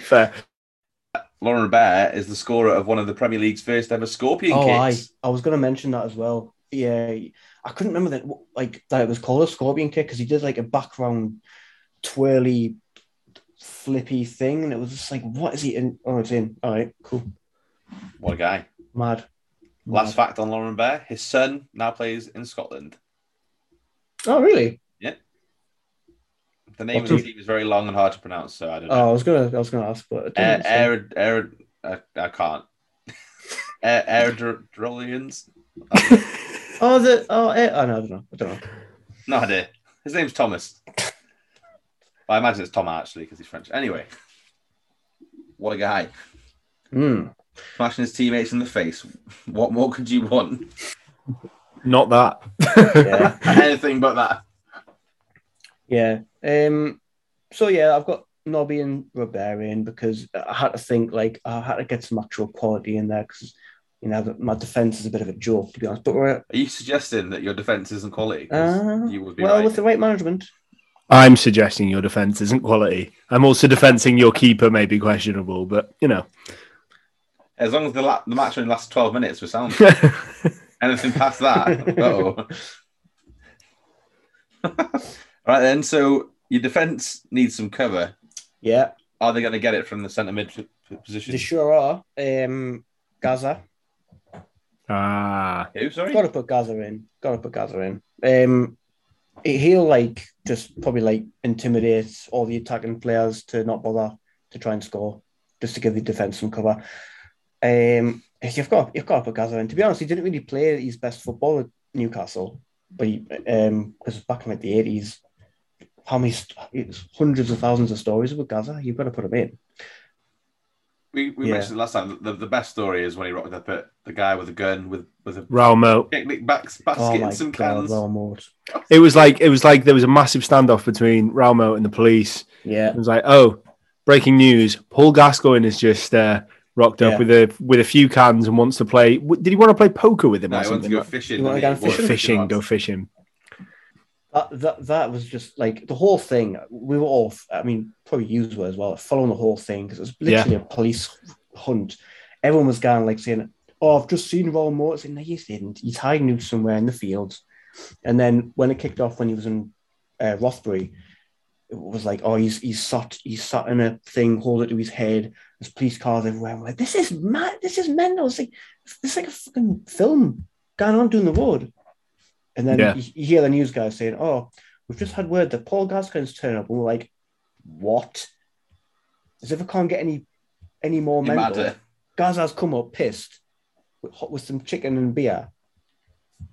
Speaker 7: Fair.
Speaker 1: Lauren Robert is the scorer of one of the Premier League's first ever scorpion
Speaker 5: Oh, aye.
Speaker 1: kicks.
Speaker 5: I was going to mention that as well. Yeah, I couldn't remember that. Like that, it was called a scorpion kick because he did like a background twirly, flippy thing, and it was just like, what is he in? Oh, it's in. All right, cool,
Speaker 1: What a guy!
Speaker 5: mad.
Speaker 1: Last fact on Lauren Bear: his son now plays in Scotland.
Speaker 5: Oh, really?
Speaker 1: The name
Speaker 5: What
Speaker 1: of the
Speaker 5: do-
Speaker 1: team is very long and hard to pronounce, so I don't know.
Speaker 5: Oh, I was gonna, I was gonna ask, but I didn't
Speaker 1: Air,
Speaker 5: understand.
Speaker 1: air, air, I, I can't. Air, Airdrolians?
Speaker 5: oh, the oh, air, oh, no, I don't know, I don't know.
Speaker 1: No idea. His name's Thomas. I imagine it's Thomas actually because he's French. Anyway, what a guy!
Speaker 5: Mm.
Speaker 1: Smashing his teammates in the face. What more could you want?
Speaker 7: Not that.
Speaker 5: Yeah.
Speaker 1: Anything but that.
Speaker 5: Yeah. Um. So yeah, I've got Nobby and Robert in because I had to think like I had to get some actual quality in there because you know my defense is a bit of a joke to be honest. But we're
Speaker 1: Are you suggesting that your defense isn't quality? 'Cause
Speaker 5: uh,
Speaker 1: you would be
Speaker 5: well
Speaker 1: right.
Speaker 5: with the right management.
Speaker 7: I'm suggesting your defense isn't quality. I'm also defensing your keeper may be questionable, but you know.
Speaker 1: as long as the, la- the match only lasts twelve minutes, we're sound.
Speaker 7: I
Speaker 1: Anything past that? Oh. right then. So your defense needs some cover.
Speaker 5: Yeah,
Speaker 1: Are they going to get it from the centre mid p- position?
Speaker 5: they sure are. Um, Gaza.
Speaker 7: Ah,
Speaker 1: Who? Sorry.
Speaker 5: Got to put Gaza in. Got to put Gaza in. Um, he- he'll like just probably like intimidate all the attacking players to not bother to try and score, just to give the defense some cover. Um, you've got you've got to put Gaza in. To be honest, he didn't really play his best football at Newcastle, but he um because back in like the eighties, how many st- it's hundreds of thousands of stories with Gaza? You've got to put him in.
Speaker 1: We, we
Speaker 5: Yeah.
Speaker 1: mentioned last time. that The, the best story is when he rocked up at the guy with a gun with with a
Speaker 7: Raumo.
Speaker 1: picnic backs, basket
Speaker 5: Oh my
Speaker 1: and some
Speaker 5: god,
Speaker 1: cans.
Speaker 5: well, Maud.
Speaker 7: It was like it was like there was a massive standoff between Raumo and the police.
Speaker 5: Yeah,
Speaker 7: It was like, oh, breaking news: Paul Gascoigne has just uh, rocked up
Speaker 5: Yeah.
Speaker 7: with a with a few cans and wants to play. w- Did he want to play poker with him?
Speaker 1: No,
Speaker 7: or
Speaker 1: he wants to
Speaker 7: something?
Speaker 1: go fishing.
Speaker 5: You wanna
Speaker 1: didn't
Speaker 5: go
Speaker 1: he?
Speaker 5: fishing?
Speaker 7: fishing. Go fishing.
Speaker 5: That, that that was just like the whole thing. We were all, I mean, probably yous were as well, following the whole thing because it was literally a police hunt. Everyone was going like saying, "Oh, I've just seen Ron Moore." Saying, "No, you didn't. He's hiding out somewhere in the fields." And then when it kicked off, when he was in uh, Rothbury, it was like, "Oh, he's he's sat he's sat in a thing, hold it to his head." There's police cars everywhere. I'm like, "This is mad. This is mental. It's like it's like a fucking film going on down the road." And then
Speaker 7: Yeah.
Speaker 5: you, you hear the news guys saying, "Oh, we've just had word that Paul Gascoigne's turn up." And we're like, "What?" As if I can't get any any more
Speaker 1: Didn't
Speaker 5: mental.
Speaker 1: matter.
Speaker 5: Gaza's come up pissed with, hot- with some chicken and beer.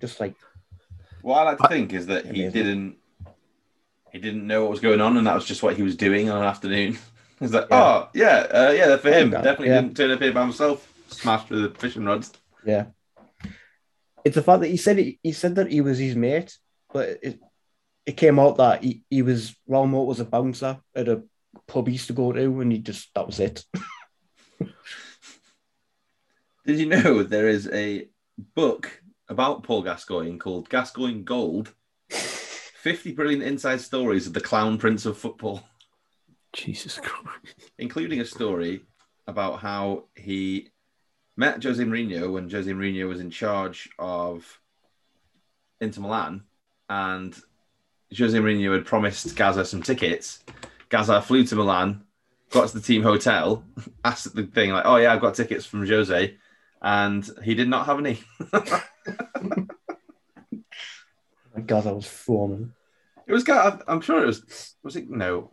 Speaker 5: Just like,
Speaker 1: What I like to think is that he
Speaker 5: Amazing.
Speaker 1: didn't he didn't know what was going on, and that was just what he was doing on an afternoon. He's like,
Speaker 5: Yeah.
Speaker 1: oh yeah, uh, yeah, they're for him.
Speaker 5: Yeah.
Speaker 1: Definitely
Speaker 5: Yeah.
Speaker 1: didn't turn up here by himself. Smashed with the fishing rods.
Speaker 5: Yeah. It's the fact that he said he, he said that he was his mate, but it it came out that he, he was Ron Moat was a bouncer at a pub he used to go to and he just that was it.
Speaker 1: Did you know there is a book about Paul Gascoigne called Gascoigne Gold? 50 brilliant inside stories of the clown prince of football,
Speaker 7: Jesus Christ.
Speaker 1: including a story about how he met Jose Mourinho when Jose Mourinho was in charge of Inter Milan and Jose Mourinho had promised Gaza some tickets. Gaza flew to Milan, got to the team hotel, asked the thing like, "Oh yeah, I've got tickets from Jose," and he did not have any.
Speaker 5: My God, I was foaming.
Speaker 1: It was Gaza. I'm sure it was. Was it no?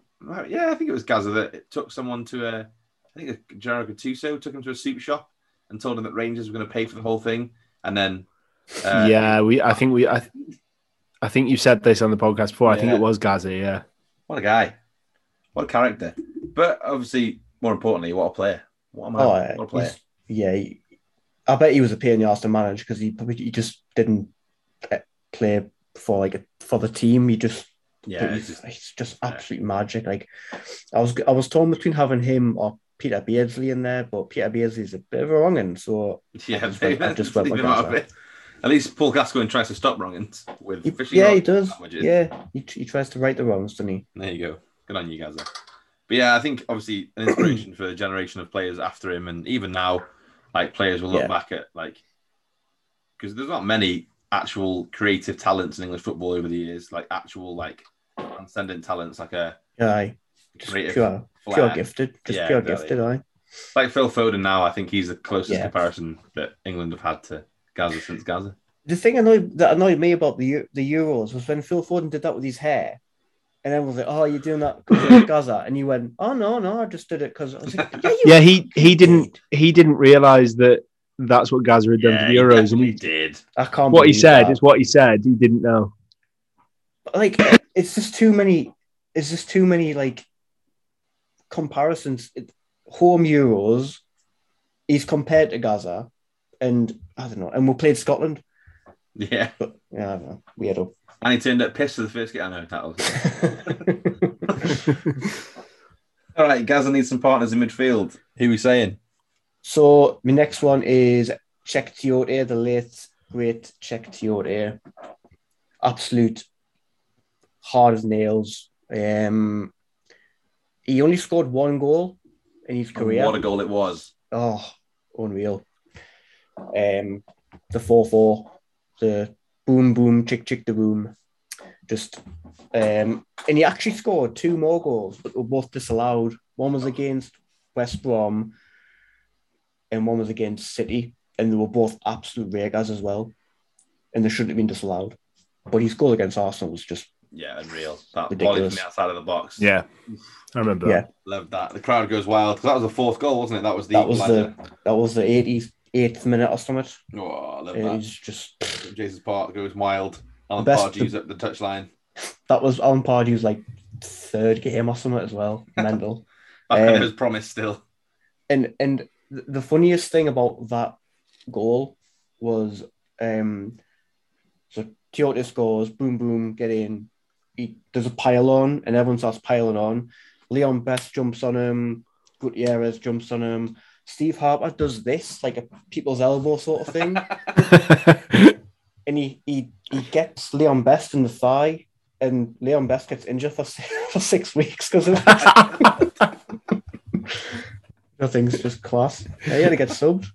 Speaker 1: Yeah, I think it was Gaza that it took someone to a. I think it was Gennaro Gattuso took him to a soup shop and told him that Rangers were going to pay for the whole thing, and then uh,
Speaker 7: yeah, we. I think we. I, th- I think you said this on the podcast before. I think
Speaker 1: Yeah.
Speaker 7: it was Gaza. Yeah.
Speaker 1: What a guy. What a character. But obviously, more importantly, what a player. What a man.
Speaker 5: Oh, yeah,
Speaker 1: what a player.
Speaker 5: he's- yeah. he- I bet he was a pain in the ass to manage because he probably he just didn't uh, play for like for the team. He just
Speaker 1: Yeah.
Speaker 5: But
Speaker 1: it's
Speaker 5: he's,
Speaker 1: just-
Speaker 5: he's just
Speaker 1: yeah.
Speaker 5: absolute magic. Like I was I was torn between having him or Peter Beardsley in there, but Peter Beardsley's a bit of a wrong end. So
Speaker 1: yeah.
Speaker 5: just went- I just went
Speaker 1: leave
Speaker 5: like
Speaker 1: him out
Speaker 5: that,
Speaker 1: of it. At least Paul Gascoigne tries to stop wrongings with
Speaker 5: he-
Speaker 1: fishing
Speaker 5: yeah,
Speaker 1: rod
Speaker 5: he does.
Speaker 1: sandwiches.
Speaker 5: Yeah, he, he tries to right the wrongs, doesn't he?
Speaker 1: There you go. Good on you, Gaza. But yeah, I think obviously an inspiration for a generation of players after him, and even now, like players will look
Speaker 5: Yeah.
Speaker 1: back at like because there's not many actual creative talents in English football over the years, like actual like transcendent talents, like a
Speaker 5: Yeah, aye. just
Speaker 1: creative
Speaker 5: pure,
Speaker 1: flair.
Speaker 5: pure gifted, just
Speaker 1: Yeah,
Speaker 5: pure
Speaker 1: exactly.
Speaker 5: gifted. Aye.
Speaker 1: like Phil Foden now, I think he's the closest
Speaker 5: Yeah.
Speaker 1: comparison that England have had to Gaza since Gaza.
Speaker 5: The thing annoyed that annoyed me about the Eu- the Euros was when Phil Foden did that with his hair. And everyone was like, "Oh, you're doing that because you're Gaza," and you went, "Oh no, no, I just did it because I was like, yeah, you
Speaker 7: Yeah. He he didn't he didn't realize that that's what Gaza had done for the Euros, and he,
Speaker 1: did.
Speaker 5: I can't."
Speaker 7: what he
Speaker 5: believe
Speaker 7: said
Speaker 5: that.
Speaker 7: is what he said. He didn't know.
Speaker 5: like it's just too many it's just too many like comparisons It- home euros he's compared to gaza and i don't know and we played scotland
Speaker 1: Yeah,
Speaker 5: but yeah I don't know, weirdo
Speaker 1: and he turned up pissed for the first game. I know that was. All right, Gaza needs some partners in midfield. Who are we saying?
Speaker 5: so my next one is czech Teote, the late great czech Teote. absolute hard as nails um he only scored one goal in his career
Speaker 1: What a goal it was!
Speaker 5: Oh, unreal. Um, the 4 4, the boom, boom, chick, chick, the boom. Just, um, and he actually scored two more goals, but were both disallowed. One was against West Brom, and one was against City, and they were both absolute regas as well. And they shouldn't have been disallowed. But his goal against Arsenal was just,
Speaker 1: Yeah, unreal. That volley
Speaker 5: Ridiculous.
Speaker 1: from the outside of the box.
Speaker 7: Yeah. I remember.
Speaker 5: Yeah.
Speaker 1: loved that. The crowd goes wild because that was the fourth goal, wasn't it? That was the.
Speaker 5: That was
Speaker 1: like
Speaker 5: the- that was the 88th minute or something.
Speaker 1: the- Oh, I love
Speaker 5: It was
Speaker 1: that.
Speaker 5: just,
Speaker 1: Jason's part goes wild. Alan
Speaker 5: Best-
Speaker 1: Pardew's up the touchline.
Speaker 5: that was Alan Pardew's like third game or something as well. Mental.
Speaker 1: Back
Speaker 5: Um,
Speaker 1: on his promise still.
Speaker 5: And and th- the funniest thing about that goal was um so Toyota scores, boom boom, get in. He does a pile on and everyone starts piling on. Leon Best jumps on him, Gutierrez jumps on him. Steve Harper does this, like a people's elbow sort of thing. and he, he he gets Leon Best in the thigh, and Leon Best gets injured for six, for six weeks because of nothing's just class. Yeah, he had to get subbed.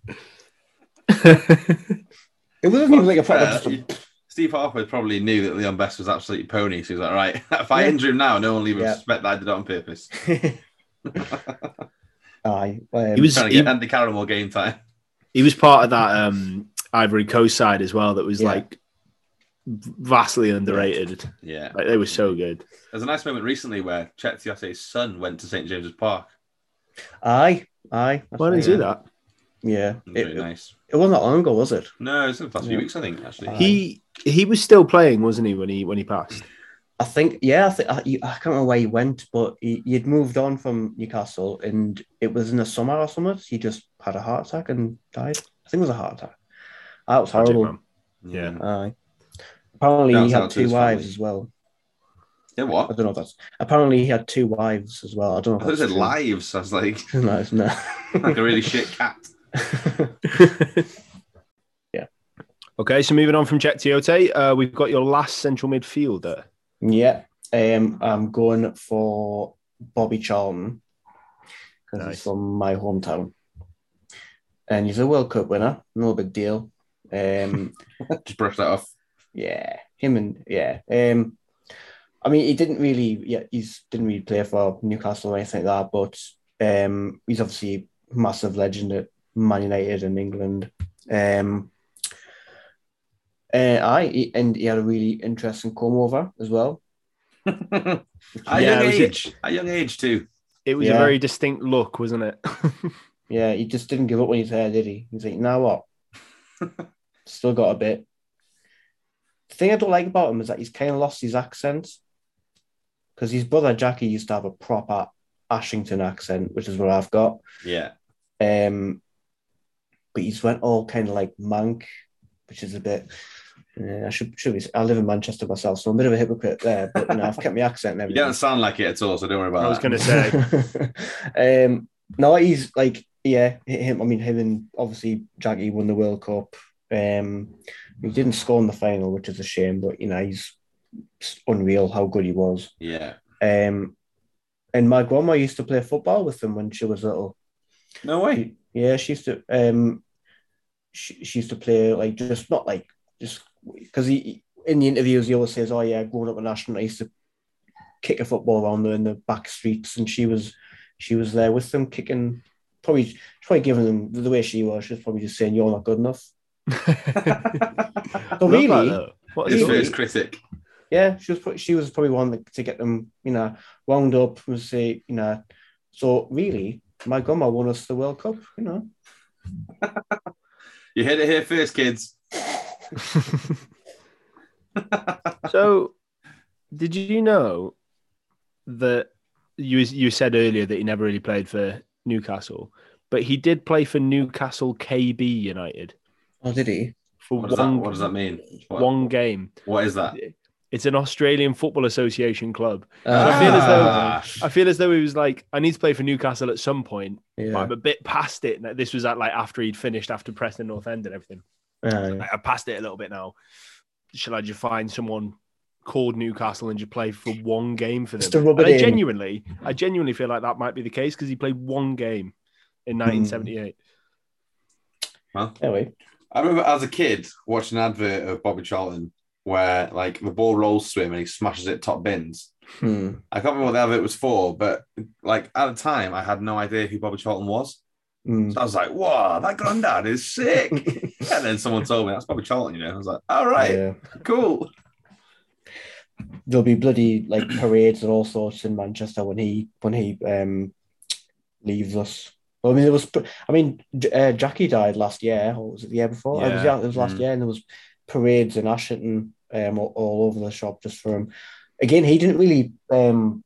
Speaker 5: It wasn't even like a proper.
Speaker 1: Yeah,
Speaker 5: just a-
Speaker 1: Uh, Steve Harper probably knew that Leon Best was absolutely pony, so he was like, right, if I
Speaker 5: Yeah.
Speaker 1: injure him now, no one will even
Speaker 5: Yeah.
Speaker 1: suspect that I did it on purpose.
Speaker 5: Aye, um,
Speaker 7: He was
Speaker 1: Trying to
Speaker 7: he,
Speaker 1: get Andy Carroll more game time.
Speaker 7: he was part of that um, Ivory Coast side as well. That was
Speaker 5: Yeah.
Speaker 7: like vastly underrated.
Speaker 1: Yeah.
Speaker 7: Like they were so good.
Speaker 1: There's a nice moment recently where Chet Tiote's son went to St. James's Park.
Speaker 5: aye, aye. that's
Speaker 7: Why didn't
Speaker 5: right.
Speaker 7: he do that?
Speaker 5: Yeah,
Speaker 1: It was
Speaker 5: it,
Speaker 1: really nice.
Speaker 5: it wasn't that long ago, was it?
Speaker 1: No, it's in the past few
Speaker 5: Yeah.
Speaker 1: weeks, I think, actually.
Speaker 5: Aye.
Speaker 7: He he was still playing, wasn't he, when he when he passed?
Speaker 5: I think, yeah, I, think, I, you- I can't remember where he went, but he, he'd moved on from Newcastle and it was in the summer or something. He just had a heart attack and died. I think it was a heart attack. That was
Speaker 7: Magic
Speaker 5: horrible.
Speaker 7: man. Yeah.
Speaker 5: Aye. Apparently,
Speaker 1: Shouts
Speaker 5: he
Speaker 1: out
Speaker 5: had
Speaker 1: to
Speaker 5: two
Speaker 1: his
Speaker 5: wives
Speaker 1: family.
Speaker 5: as well.
Speaker 1: Yeah,
Speaker 5: I
Speaker 1: what?
Speaker 5: don't know if that's. Apparently, he had two wives as well. I don't know.
Speaker 1: I
Speaker 5: If
Speaker 1: thought it
Speaker 5: that's
Speaker 1: said
Speaker 5: true.
Speaker 1: lives. I was like,
Speaker 5: no, it's not.
Speaker 1: like a really shit cat.
Speaker 7: Okay, so moving on from Jack Tiote, uh, we've got your last central midfielder.
Speaker 5: Yeah, um, I'm going for Bobby Charlton because
Speaker 7: Nice.
Speaker 5: he's from my hometown, and he's a World Cup winner. No big deal. Um,
Speaker 1: Just brush that off.
Speaker 5: yeah, him and yeah. Um, I mean, he didn't really. Yeah, he's didn't really play for Newcastle or anything like that, but um, he's obviously a massive legend at Man United and England. Um, uh, I he- and he had a really interesting come over as well.
Speaker 1: At a
Speaker 7: Yeah,
Speaker 1: young
Speaker 7: it was
Speaker 1: age. At a young age too.
Speaker 7: It was a
Speaker 5: Yeah.
Speaker 7: very distinct look, wasn't it?
Speaker 5: Yeah, he just didn't give up when he's there, did he? He's like, now what? Still got a bit. The thing I don't like about him is that he's kind of lost his accent. Because his brother Jackie used to have a proper Ashington accent, which is what I've got.
Speaker 1: Yeah.
Speaker 5: Um, but he's went all kind of like monk, which is a bit. Yeah, I should should be. I live in Manchester myself, so I'm a bit of a hypocrite there. But you know, I've kept my accent and
Speaker 1: You
Speaker 5: everything.
Speaker 1: don't sound like it at all, so don't worry about
Speaker 7: I was
Speaker 1: that.
Speaker 7: going to say.
Speaker 5: um, no, he's like, yeah, hi- him. I mean, him and obviously Jackie won the World Cup. Um, he didn't score in the final, which is a shame, but you know, he's it's unreal how good he was.
Speaker 1: Yeah.
Speaker 5: Um, and my grandma used to play football with him when she was little.
Speaker 1: No way.
Speaker 5: Yeah, she used to. Um, she, she used to play like just not like just because he in the interviews he always says, "Oh yeah, growing up in Ashton, I used to kick a football around in the back streets," and she was she was there with them kicking. Probably, she's probably giving them the way she was. She was probably just saying, "You're not good enough." But
Speaker 7: Love that,
Speaker 5: really,
Speaker 7: though. What
Speaker 1: His
Speaker 7: a
Speaker 5: Really?
Speaker 1: first critic.
Speaker 5: yeah, she was pro- she was probably one that, to get them, you know, wound up and say, you know, so really, my grandma won us the World Cup, you know.
Speaker 1: You heard it here first, kids.
Speaker 7: so, did you know that you you said earlier that he never really played for Newcastle, but he did play for Newcastle KB United
Speaker 5: Oh, did he?
Speaker 7: for
Speaker 1: What does that
Speaker 7: one
Speaker 1: what does that mean? What,
Speaker 7: one game.
Speaker 1: what is that?
Speaker 7: It's an Australian Football Association club. Uh, I feel as though-
Speaker 1: Ah,
Speaker 7: I feel as though he was like, I need to play for Newcastle at some point, but
Speaker 5: Yeah.
Speaker 7: I'm a bit past it. And This was at like after he'd finished after Preston North End and everything.
Speaker 5: Aye.
Speaker 7: Like, I passed it a little bit now. Shall I just find someone called Newcastle and just play for one game for them?
Speaker 5: Just to rub
Speaker 7: And
Speaker 5: it
Speaker 7: I
Speaker 5: in.
Speaker 7: genuinely, I genuinely feel like that might be the case because he played one game
Speaker 5: Hmm.
Speaker 7: in 1978.
Speaker 5: Anyway,
Speaker 1: I remember as a kid watching an advert of Bobby Charlton where like the ball rolls to him and he smashes it top bins.
Speaker 5: hmm.
Speaker 1: I can't remember what the advert was for, but like at the time I had no idea who Bobby Charlton was.
Speaker 5: Hmm.
Speaker 1: So I was like, wow, that granddad is sick. and then someone told me that's Bobby Charlton, you know. I was like, all right,
Speaker 5: Yeah.
Speaker 1: cool.
Speaker 5: There'll be bloody like parades and all sorts in Manchester when he when he um leaves us. Well, I mean, there was. I mean, J- uh, Jackie died last year, or was it the year before? It
Speaker 4: Yeah.
Speaker 5: was, yeah, it was last
Speaker 1: Mm.
Speaker 5: year, and there was parades in Ashington um, all, all over the shop just for him. Again, he didn't really um,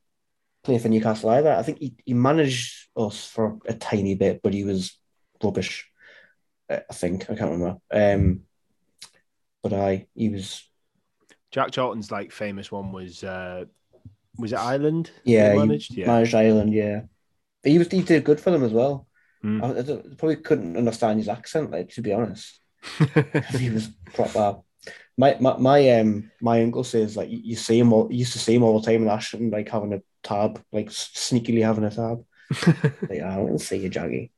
Speaker 5: play for Newcastle either. I think he, he managed us for a tiny bit, but he was rubbish. uh, I think I can't remember. Um, but I he was
Speaker 7: Jack Charlton's like famous one was uh, was it Ireland?
Speaker 5: Yeah,
Speaker 7: he
Speaker 5: you-
Speaker 7: managed. Yeah,
Speaker 5: Managed Island, yeah. He was he did good for them as well.
Speaker 7: Hmm.
Speaker 5: I, I don't- probably couldn't understand his accent, like to be honest. he was proper. My my my um my uncle says like you, you see him all you used to see him all the time in Ashton like having a tab, like sneakily having a tab. like I don't see you, Jaggy.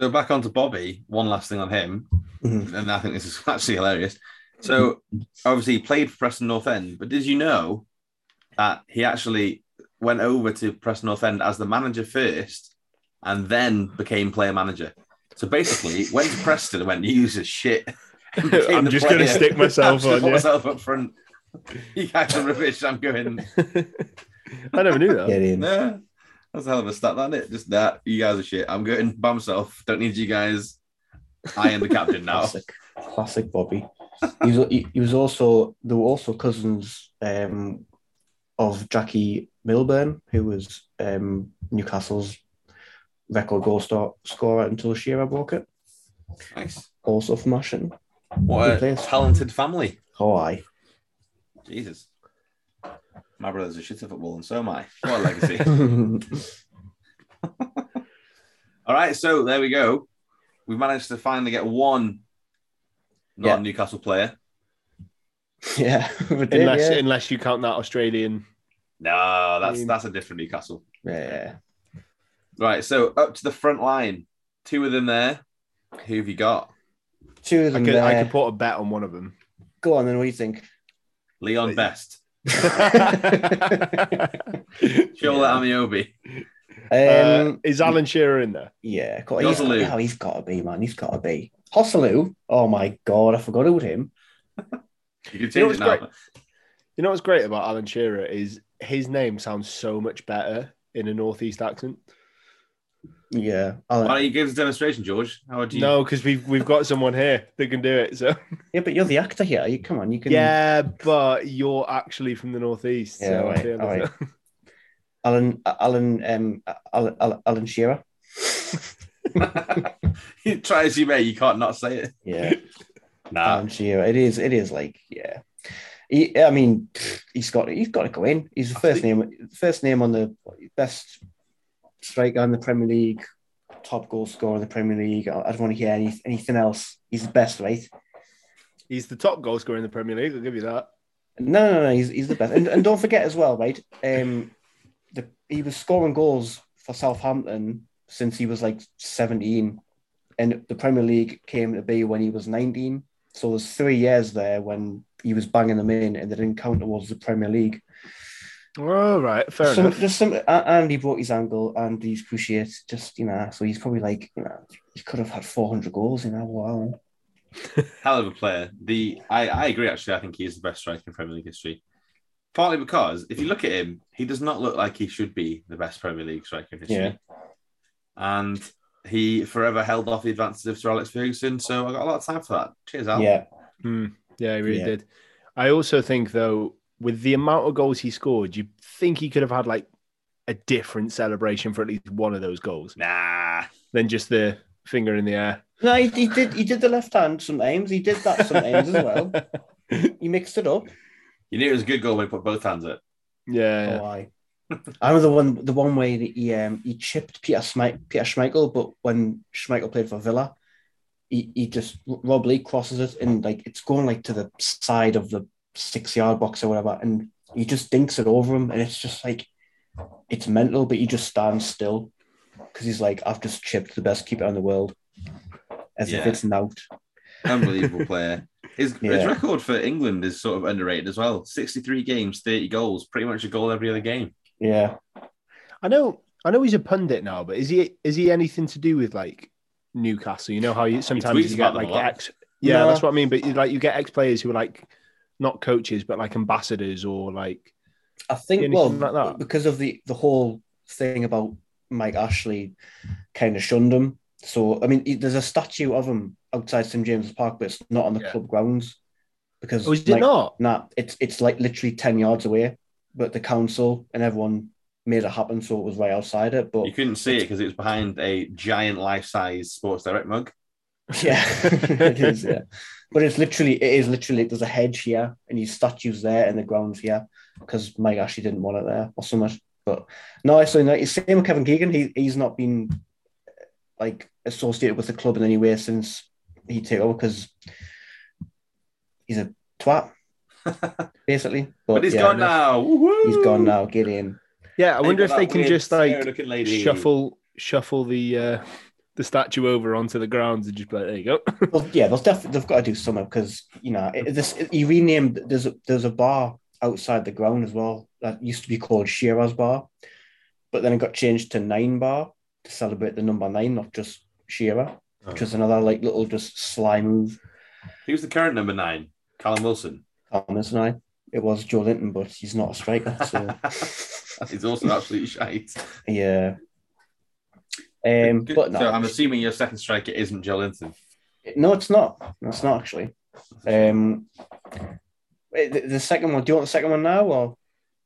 Speaker 1: So back onto Bobby, one last thing on him,
Speaker 5: Mhm.
Speaker 1: and I think this is actually hilarious. So obviously he played for Preston North End, but did you know that he actually went over to Preston North End as the manager first and then became player manager? So basically went to Preston and went, use a shit. and became
Speaker 7: I'm
Speaker 1: the
Speaker 7: just gonna
Speaker 1: player.
Speaker 7: stick
Speaker 1: I'm
Speaker 7: myself
Speaker 1: just gonna
Speaker 7: on,
Speaker 1: put
Speaker 7: yeah.
Speaker 1: myself up front. You guys are rubbish. I'm going,
Speaker 7: I never knew that.
Speaker 5: Get in.
Speaker 1: no. That's a hell of a stat, that it? Just that. You guys are shit. I'm going by myself. Don't need you guys. I am the captain now.
Speaker 5: Classic. Classic Bobby. he was he, he was also they were also cousins um, of Jackie Milburn, who was um, Newcastle's record goal star, scorer until Shearer broke it.
Speaker 1: Nice.
Speaker 5: Also from Ashton.
Speaker 1: What a
Speaker 5: Replace.
Speaker 1: talented family.
Speaker 5: Oh, aye.
Speaker 1: Jesus. My brother's a shit at football, and so am I. What a legacy. All right, so there we go. We've managed to finally get one
Speaker 5: Yeah.
Speaker 1: non-Newcastle player.
Speaker 5: yeah, we did,
Speaker 7: unless
Speaker 5: yeah.
Speaker 7: unless you count that Australian.
Speaker 1: No, that's
Speaker 7: Mm.
Speaker 1: that's a different Newcastle.
Speaker 5: yeah.
Speaker 1: Right, so up to the front line. Two of them there. Who have you got?
Speaker 5: Two of
Speaker 7: I
Speaker 5: them
Speaker 7: could, I
Speaker 5: there.
Speaker 7: could put a bet on one of them.
Speaker 5: Go on, then. What do you think?
Speaker 1: Leon
Speaker 7: Wait.
Speaker 1: Best.
Speaker 5: Yeah.
Speaker 1: Shola Amiobi.
Speaker 7: Uh,
Speaker 5: Um,
Speaker 7: is Alan Shearer in there?
Speaker 5: yeah, got, he's, got,
Speaker 1: Gosselu.
Speaker 5: oh, he's got to be, man. He's got to be. Hosselu. Oh my god, I forgot about him.
Speaker 1: You can change
Speaker 7: You know
Speaker 1: it
Speaker 7: what's
Speaker 1: now.
Speaker 7: great? You know what's great about Alan Shearer is his name sounds so much better in a northeast accent.
Speaker 5: Yeah,
Speaker 1: Why
Speaker 5: Alan-
Speaker 1: don't you give us a demonstration, George? How would you
Speaker 7: No, because we've we've got someone here that can do it. So
Speaker 5: yeah, but you're the actor here. You come on, you can.
Speaker 7: yeah, but you're actually from the northeast.
Speaker 5: Yeah,
Speaker 7: so I
Speaker 5: alright,
Speaker 7: feel as
Speaker 5: alright.
Speaker 7: though-
Speaker 5: Alan, Alan, um, Alan, Alan- Alan Shearer.
Speaker 1: You try as you may, you can't not say it. Um,
Speaker 5: Yeah,
Speaker 1: Nah.
Speaker 5: Alan Shearer. It is, it is like, yeah. He, I mean, he's got, he's got to go in. He's the first name, first name on the best striker in the Premier League, top goal scorer in the Premier League. I, I don't want to hear any, anything else. He's the best, right?
Speaker 7: He's the top goal scorer in the Premier League. I'll give you that.
Speaker 5: No, no, no. He's, he's the best. And, and don't forget as well, right? Um, the, he was scoring goals for Southampton since he was like 17. And the Premier League came to be when he was 19. So there's three years there when he was banging them in and they didn't count towards the Premier League.
Speaker 7: All right, fair
Speaker 5: Some,
Speaker 7: enough.
Speaker 5: just some, a- and he broke his ankle and he's cruciate. Just, you know, so he's probably like, you know, he could have had 400 goals in that while.
Speaker 1: Hell of a player. The I, I agree actually, I think he is the best striker in Premier League history. Partly because if you look at him, he does not look like he should be the best Premier League striker in history.
Speaker 5: Yeah.
Speaker 1: And he forever held off the advances of Sir Alex Ferguson. So I got a lot of time for that. Cheers, Al.
Speaker 5: Yeah.
Speaker 7: Hmm. Yeah, he really
Speaker 5: Yeah.
Speaker 7: did. I also think though, with the amount of goals he scored, you think he could have had like a different celebration for at least one of those goals
Speaker 1: Nah.
Speaker 7: than just the finger in the air.
Speaker 5: No, he, he did. He did the left hand sometimes. He did that sometimes as well. He mixed it up.
Speaker 1: You knew it was a good goal when he put both hands up.
Speaker 7: Yeah. yeah.
Speaker 5: Oh, aye. I remember the one the one way that he um, he chipped Peter Schmeichel, Peter Schmeichel, but when Schmeichel played for Villa, he, he just Rob Lee crosses it and like it's going like to the side of the six yard box or whatever, and he just dinks it over him, and it's just like it's mental, but he just stands still because he's like, I've just chipped the best keeper in the world, as if
Speaker 1: Yeah.
Speaker 5: it's an out.
Speaker 1: Unbelievable player. His, his
Speaker 5: Yeah.
Speaker 1: record for England is sort of underrated as well. 63 games, 30 goals, pretty much a goal every other game.
Speaker 5: Yeah,
Speaker 7: I know I know he's a pundit now, but is he is he anything to do with like Newcastle? You know how you sometimes
Speaker 1: tweets
Speaker 7: you
Speaker 1: about
Speaker 7: get
Speaker 1: them a
Speaker 7: like
Speaker 1: lot.
Speaker 7: ex Yeah,
Speaker 5: No.
Speaker 7: that's what I mean. But you like you get ex players who are like not coaches but like ambassadors or like
Speaker 5: I think
Speaker 7: Anything
Speaker 5: well
Speaker 7: like that?
Speaker 5: because of the the whole thing about Mike Ashley kind of shunned him. So I mean, he- there's a statue of him outside St James's Park, but it's not on the
Speaker 7: Yeah.
Speaker 5: club grounds because
Speaker 7: Oh is
Speaker 5: Mike-
Speaker 7: it not?
Speaker 5: Nah, it's it's like literally ten yards away, but the council and everyone made it happen, so it was right outside it. But
Speaker 1: You couldn't see it because it was behind a giant life size Sports Direct mug.
Speaker 5: yeah, it is. Yeah, but it's literally it is literally there's a hedge here and these statues there and the grounds here because Mike actually didn't want it there or so much. But no, so no, it's same with Kevin Keegan. He he's not been like associated with the club in any way since he took over because he's a twat basically. But,
Speaker 1: But he's
Speaker 5: yeah,
Speaker 1: gone now. Woohoo!
Speaker 5: He's gone now. Get in.
Speaker 7: Yeah, I
Speaker 1: They've
Speaker 7: wonder
Speaker 1: got
Speaker 7: if
Speaker 1: that
Speaker 7: they can
Speaker 1: weird
Speaker 7: just like
Speaker 1: scary-looking lady.
Speaker 7: shuffle shuffle the uh the statue over onto the grounds and just be like, there you go.
Speaker 5: Well, yeah, they'll def- they've got to do something because you know it, this. He renamed there's a, there's a bar outside the ground as well that used to be called Shearer's Bar, but then it got changed to Nine Bar to celebrate the number nine, not just Shearer, which is another like little just sly move.
Speaker 1: Who's the current number nine? Callum Wilson.
Speaker 5: Thomas and I, it was Joe Linton, but he's not a striker, so
Speaker 1: He's also absolutely shite.
Speaker 5: yeah. Um,
Speaker 1: Good-
Speaker 5: but no, Um,
Speaker 1: So I'm assuming your second striker isn't Joe Linton.
Speaker 5: no, it's not. No, it's not actually. Um, wait, the, the second one. Do you want the second one now? Or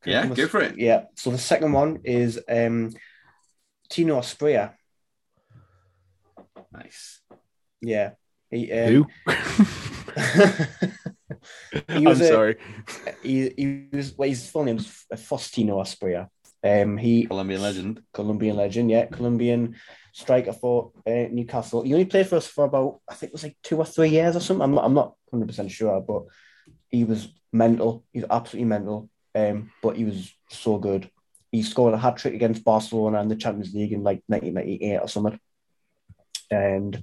Speaker 1: Yeah, go for it.
Speaker 5: Yeah. So the second one is um, Tino Spria.
Speaker 1: Nice.
Speaker 5: Yeah. He, uh,
Speaker 7: Who?
Speaker 5: he
Speaker 7: I'm
Speaker 5: was a-
Speaker 7: sorry.
Speaker 5: He, he was. Well, his full name's Faustino Aspria. Um, he
Speaker 1: Colombian legend.
Speaker 5: Colombian legend, yeah, Colombian striker for uh, Newcastle. He only played for us for about I think it was like two or three years or something. I'm not I'm not hundred percent sure, but he was mental. He was absolutely mental. Um, but he was so good. He scored a hat trick against Barcelona in the Champions League in like 1998 or something, and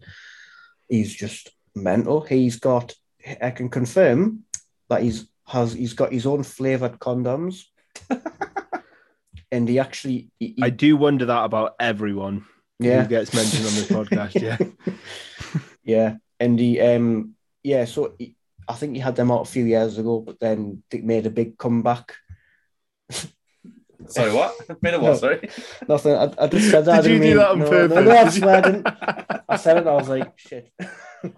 Speaker 5: he's just mental. He's got I can confirm that he's has he's got his own flavored condoms. And he actually, he- he-
Speaker 7: I do wonder that about everyone
Speaker 5: yeah,
Speaker 7: who gets mentioned on this podcast. Yeah.
Speaker 5: yeah, and he, um, yeah, so he, I think he had them out a few years ago, but then they made a big comeback.
Speaker 1: Sorry, what? Made a what?
Speaker 5: No.
Speaker 1: Sorry.
Speaker 5: Nothing. I, I just said that.
Speaker 7: Did
Speaker 5: I
Speaker 7: you
Speaker 5: didn't
Speaker 7: do
Speaker 5: mean-
Speaker 7: that on
Speaker 5: no,
Speaker 7: purpose?
Speaker 5: No, no, I
Speaker 7: Did you-
Speaker 5: swear I didn't. I said it. and I was like, shit.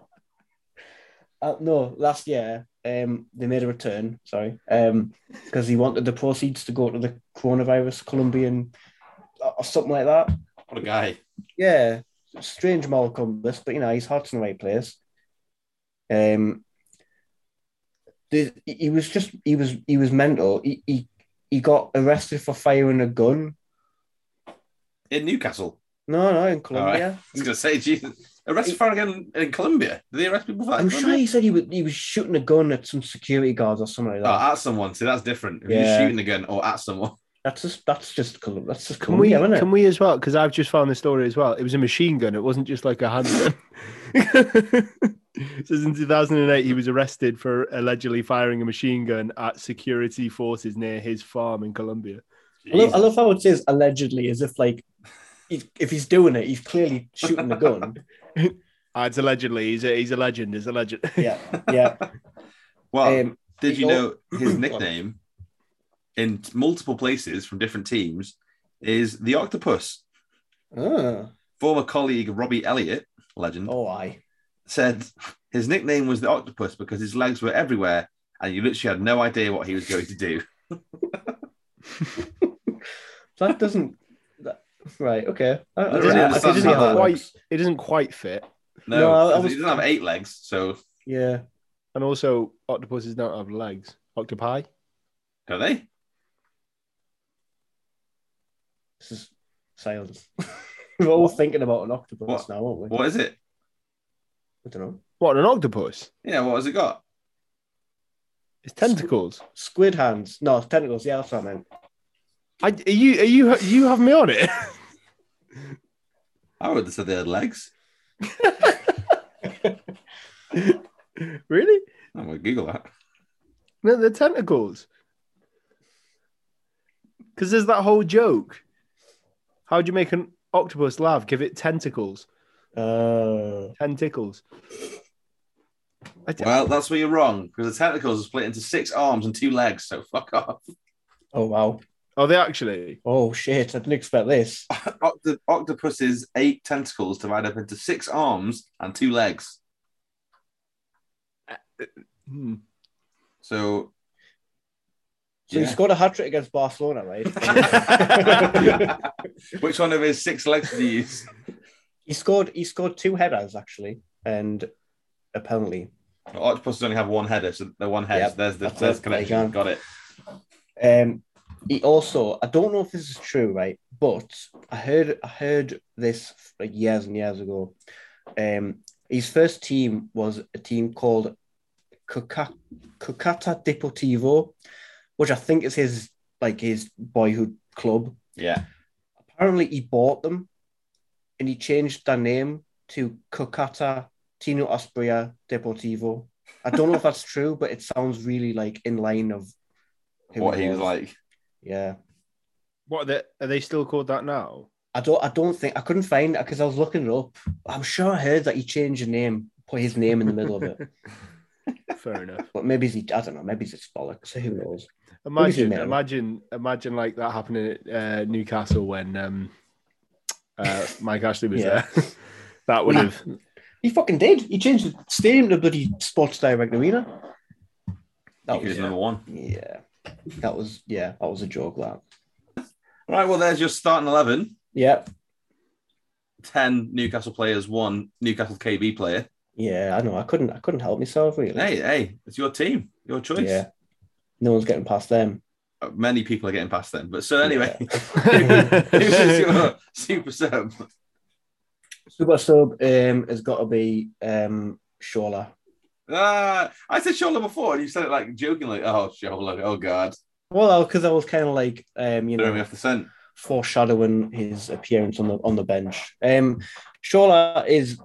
Speaker 5: uh, no, last year um, they made a return. Sorry, because he wanted the proceeds to go to the coronavirus Colombian uh, or or something like that.
Speaker 1: What a guy.
Speaker 5: yeah, strange moral compass, but you know, his heart's in the right place. Um, the, he was just he was he was mental. He, he he got arrested for firing a gun.
Speaker 1: In Newcastle.
Speaker 5: No,
Speaker 1: All
Speaker 5: no, in
Speaker 1: right.
Speaker 5: Colombia.
Speaker 1: I was going to say, Jesus. Arrested for again in Colombia. Did they arrest people for that?
Speaker 5: I'm
Speaker 1: in
Speaker 5: sure
Speaker 1: Colombia?
Speaker 5: he said he was he was shooting a gun at some security guards or something like that.
Speaker 1: Oh, at someone. See, that's different. If
Speaker 5: Yeah.
Speaker 1: you're shooting again or at someone.
Speaker 5: that's just that's just Colombia. That's just
Speaker 7: Can we,
Speaker 5: Colombia, isn't
Speaker 7: can
Speaker 5: it?
Speaker 7: we as well? Because I've just found the story as well. It was a machine gun. It wasn't just like a handgun. It Says in 2008, he was arrested for allegedly firing a machine gun at security forces near his farm in Colombia.
Speaker 5: I love, I love how it says allegedly, as if like he's, if he's doing it, he's clearly shooting a gun.
Speaker 7: Ah, it's allegedly. He's a, he's a legend. He's a legend.
Speaker 5: yeah, yeah.
Speaker 1: Well,
Speaker 5: Um,
Speaker 1: did you
Speaker 5: he al-
Speaker 1: know his nickname in multiple places from different teams is the octopus?
Speaker 5: oh,
Speaker 1: Former colleague Robbie Elliott, legend,
Speaker 5: oh, I.
Speaker 1: said his nickname was the octopus because his legs were everywhere and you literally had no idea what he was going to do.
Speaker 5: That doesn't. That, right. Okay. I, I
Speaker 1: Don't
Speaker 5: didn't-
Speaker 1: really
Speaker 5: I
Speaker 1: understand
Speaker 5: didn't
Speaker 1: how
Speaker 5: know
Speaker 1: that
Speaker 5: it
Speaker 7: quite,
Speaker 5: works.
Speaker 7: it doesn't quite fit.
Speaker 1: No,
Speaker 5: No, I- I
Speaker 1: 'cause
Speaker 5: was-
Speaker 1: he doesn't have eight legs, so
Speaker 5: Yeah.
Speaker 7: And also, octopuses don't have legs. Octopi?
Speaker 1: do they?
Speaker 5: This is silence. We're all thinking about an octopus
Speaker 1: What?
Speaker 5: now, aren't we?
Speaker 1: What is it?
Speaker 5: I don't know.
Speaker 7: What, an octopus?
Speaker 1: Yeah, what has it got?
Speaker 7: It's tentacles.
Speaker 5: Squid hands. No, it's tentacles. Yeah, that's what I meant.
Speaker 7: I, are you, are you, you have me on it.
Speaker 1: I would have said they had legs.
Speaker 7: really?
Speaker 1: I'm going to Oh, Google that.
Speaker 7: No, they're tentacles. Because there's that whole joke. How do you make an octopus laugh? Give it tentacles.
Speaker 5: Uh,
Speaker 7: Tentacles. I d-
Speaker 1: Well, that's where you're wrong because the tentacles are split into six arms and two legs, so fuck off.
Speaker 5: oh wow.
Speaker 7: Are they actually?
Speaker 5: Oh shit! I didn't expect this.
Speaker 1: Octo- octopus's eight tentacles divide up into six arms and two legs.
Speaker 7: Hmm.
Speaker 1: So,
Speaker 5: So he
Speaker 1: Yeah.
Speaker 5: scored a hat trick against Barcelona, right?
Speaker 1: which one of his six legs did he use?
Speaker 5: he scored. He scored two headers actually, and apparently,
Speaker 1: Octopuses only have one header, so the one head.
Speaker 5: Yep,
Speaker 1: there's the
Speaker 5: that's
Speaker 1: there's
Speaker 5: it. There
Speaker 1: connection.
Speaker 5: you go.
Speaker 1: Got it.
Speaker 5: Um, he also, I don't know if this is true, right? But I heard, I heard this like years and years ago. Um, his first team was a team called Cuca- Cucata Deportivo, which I think is his like his boyhood club.
Speaker 1: Yeah.
Speaker 5: Apparently, he bought them, and he changed their name to Cucata Tino Aspria Deportivo. I don't know if that's true, but it sounds really like in line of who
Speaker 1: what he was like.
Speaker 5: yeah,
Speaker 7: What are they, are they still called that now?
Speaker 5: I don't. I don't think I couldn't find it because I was looking it up. I'm sure I heard that he changed the name, put his name in the middle of it.
Speaker 7: Fair enough.
Speaker 5: But maybe he. I don't know. Maybe it's just bollocks. Who knows?
Speaker 7: Imagine,
Speaker 5: man?
Speaker 7: imagine, imagine like that happening at uh, Newcastle when um, uh, Mike Ashley was
Speaker 5: Yeah.
Speaker 7: there. that would have
Speaker 5: He fucking did. He changed the stadium to bloody Sports Direct Arena. That
Speaker 1: he was
Speaker 5: was,
Speaker 1: number one.
Speaker 5: yeah. That was, yeah, that was a joke, that.
Speaker 1: Right, well, there's your starting 11.
Speaker 5: Yeah.
Speaker 1: 10 Newcastle players, one Newcastle KB player.
Speaker 5: Yeah, I know. I couldn't, I couldn't help myself, really.
Speaker 1: Hey, hey, it's your team, your choice.
Speaker 5: Yeah. No one's getting past them.
Speaker 1: Uh, Many people are getting past them. But so, anyway, who's
Speaker 7: Yeah.
Speaker 1: your super sub?
Speaker 5: Super sub um, has got to be um, Shola.
Speaker 1: Ah, I said Shola before, and you said it like jokingly. Oh, Shola. Oh, God.
Speaker 5: Well, because I was kind of like, um, you
Speaker 1: Throwing me
Speaker 5: know,
Speaker 1: off the scent.
Speaker 5: foreshadowing his appearance on the on the bench. Um, Shola is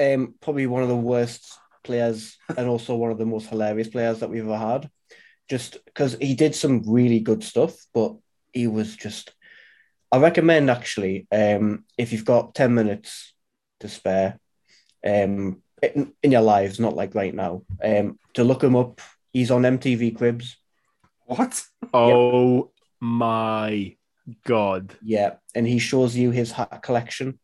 Speaker 5: um, probably one of the worst players and also one of the most hilarious players that we've ever had. Just because he did some really good stuff, but he was just. I recommend actually um, if you've got ten minutes to spare um, in, in your lives, not like right now, um, to look him up. He's on MTV Cribs.
Speaker 1: What?
Speaker 7: Oh my god.
Speaker 5: Yeah, and he shows you his hat collection.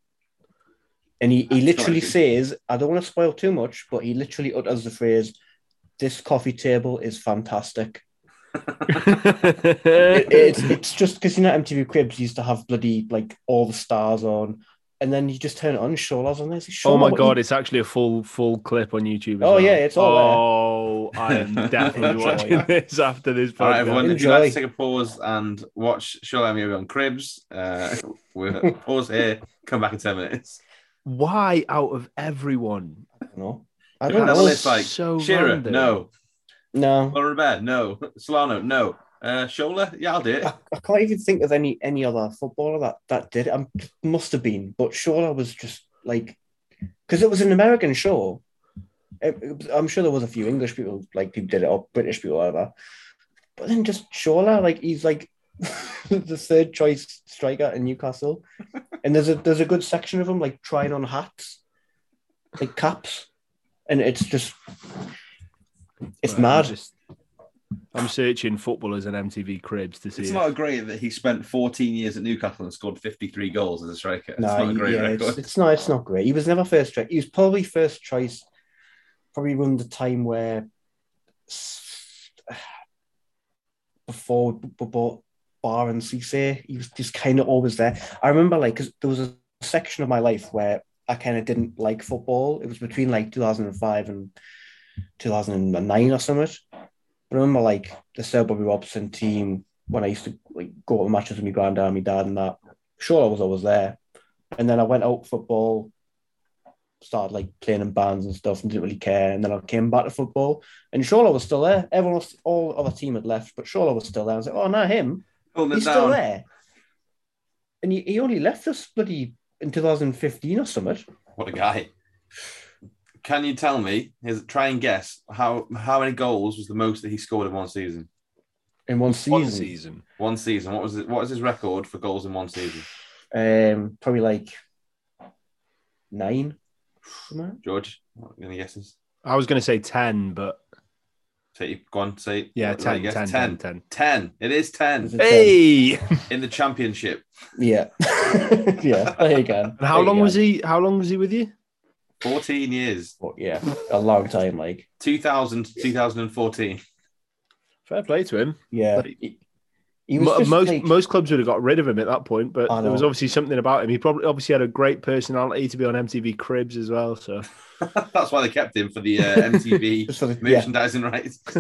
Speaker 5: And he, he
Speaker 1: That's
Speaker 5: literally
Speaker 1: quite
Speaker 5: says, I don't want to spoil too much, but he literally utters the phrase, This coffee table is fantastic. It- it's, it's just because you know MTV Cribs used to have bloody like all the stars on, and then you just turn it on, Shawla's on there. It's
Speaker 7: Oh
Speaker 5: Shola,
Speaker 7: my
Speaker 5: what
Speaker 7: god,
Speaker 5: you-
Speaker 7: it's actually a full full clip on YouTube. as
Speaker 5: Oh,
Speaker 7: well.
Speaker 5: yeah, it's all
Speaker 7: Oh, I am definitely watching this after this podcast.
Speaker 1: All right, everyone, if you'd like to
Speaker 5: Enjoy.
Speaker 1: take a pause and watch Shola Amigo on Cribs, uh, we'll pause here, come back in 10 minutes.
Speaker 7: Why out of everyone?
Speaker 5: I don't know. I
Speaker 1: Look at
Speaker 5: don't
Speaker 1: that
Speaker 5: know.
Speaker 1: list, like
Speaker 7: so
Speaker 1: Shearer,
Speaker 7: random.
Speaker 1: no.
Speaker 5: No,
Speaker 1: Laura Bear, no. Solano, no. Uh, Shola, yeah, I'll do it.
Speaker 5: I, I can't even think of any any other footballer that that did. it. I must have been, but Shola was just like because it was an American show. It- it was- I'm sure there was a few English people like who did it or British people, whatever. But then just Shola, like he's like the third choice striker in Newcastle, and there's a there's a good section of him like trying on hats, like caps, and it's just it's
Speaker 7: Right, I'm,
Speaker 5: mad.
Speaker 7: just- I'm searching footballers and MTV cribs to see.
Speaker 1: It's
Speaker 7: if-
Speaker 1: not great that he spent 14 years at Newcastle and scored 53 goals as a striker. It's
Speaker 5: No,
Speaker 1: not a great
Speaker 5: yeah,
Speaker 1: record.
Speaker 5: It's, it's not. It's not great. He was never first choice. He was probably first choice. Probably around the time where s- before before Bar and Cisse, he was just kind of always there. I remember like because there was a section of my life where I kind of didn't like football. It was between like 2005 and 2009 or something. But I remember like the Sir Bobby Robson team when I used to like go to the matches with my granddad and my dad and that. Sure, I was always there. And then I went out football, started like playing in bands and stuff and didn't really care. And then I came back to football and Shola was still there. Everyone else, all other team had left, but Shola was still there. I was like, oh, not him.
Speaker 1: Holding it
Speaker 5: He's still
Speaker 1: down.
Speaker 5: there. And he, he only left us bloody in 2015 or something.
Speaker 1: What a guy. Can you tell me, here's, try and guess, how, how many goals was the most that he scored in one season?
Speaker 5: In
Speaker 7: One
Speaker 5: one season.
Speaker 7: season.
Speaker 1: One season. What was it, what is his record for goals in one season?
Speaker 5: Um, probably like nine.
Speaker 1: George, what- any guesses?
Speaker 7: I was going to say 10, but
Speaker 1: Say, go on, say.
Speaker 7: yeah,
Speaker 1: what was that
Speaker 7: 10,
Speaker 1: guess?
Speaker 7: 10, 10, 10.
Speaker 1: 10. It is 10
Speaker 7: Hey!
Speaker 1: in the championship.
Speaker 5: Yeah. yeah. There you go.
Speaker 7: And how long was he? How long was he with you?
Speaker 1: 14 years.
Speaker 5: yeah, a long time. Like,
Speaker 1: 2000 to 2014.
Speaker 7: Fair play to him.
Speaker 5: yeah.
Speaker 7: Like-
Speaker 5: He, he was
Speaker 7: Mo-
Speaker 5: just,
Speaker 7: most
Speaker 5: like-
Speaker 7: most clubs would have got rid of him at that point, but
Speaker 5: I
Speaker 7: there was
Speaker 5: know.
Speaker 7: obviously something about him. He probably obviously had a great personality to be on MTV Cribs as well. So
Speaker 1: That's why they kept him for the uh, MTV
Speaker 5: just sort of- yeah,
Speaker 1: merchandising rights.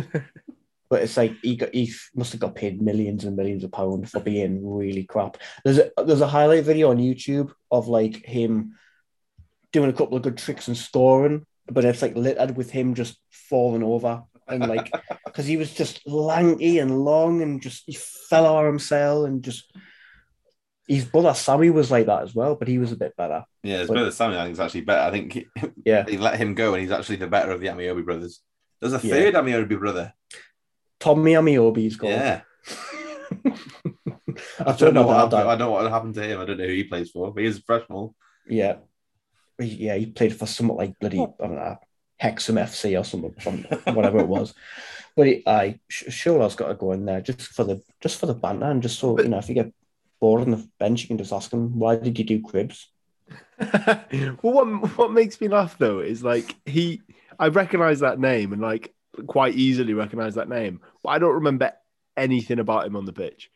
Speaker 5: but it's like he got, he f- must have got paid millions and millions of pounds for being really crap. There's a there's a highlight video on YouTube of like him doing a couple of good tricks and scoring, but it's like littered with him just falling over and like because he was just lanky and long and just he fell over himself and just his brother Sammy was like that as well, but he was a bit better.
Speaker 1: Yeah, it's
Speaker 5: But-
Speaker 1: better. Sammy, I think, is actually better. I think he-
Speaker 5: Yeah,
Speaker 1: they let him go, and he's actually the better of the Amiobi brothers. There's a
Speaker 5: Yeah.
Speaker 1: third Amiobi brother.
Speaker 5: Tommy Amiobi's goal.
Speaker 1: Yeah.
Speaker 5: I
Speaker 1: I don't
Speaker 5: told my
Speaker 1: know what
Speaker 5: dad
Speaker 1: happened.
Speaker 5: that.
Speaker 1: I don't know what happened to him. I don't know who he plays for, but he's a freshman.
Speaker 5: Yeah. Yeah, he played for somewhat like bloody, I don't know, Hexham FC or something, some- whatever it was. But he, I sure I've got to go in there just for the just for the banter and just so you know if you get bored on the bench, you can just ask him why did you do cribs?
Speaker 7: well, what what makes me laugh though is like he, I recognize that name and like quite easily recognize that name, but I don't remember anything about him on the pitch.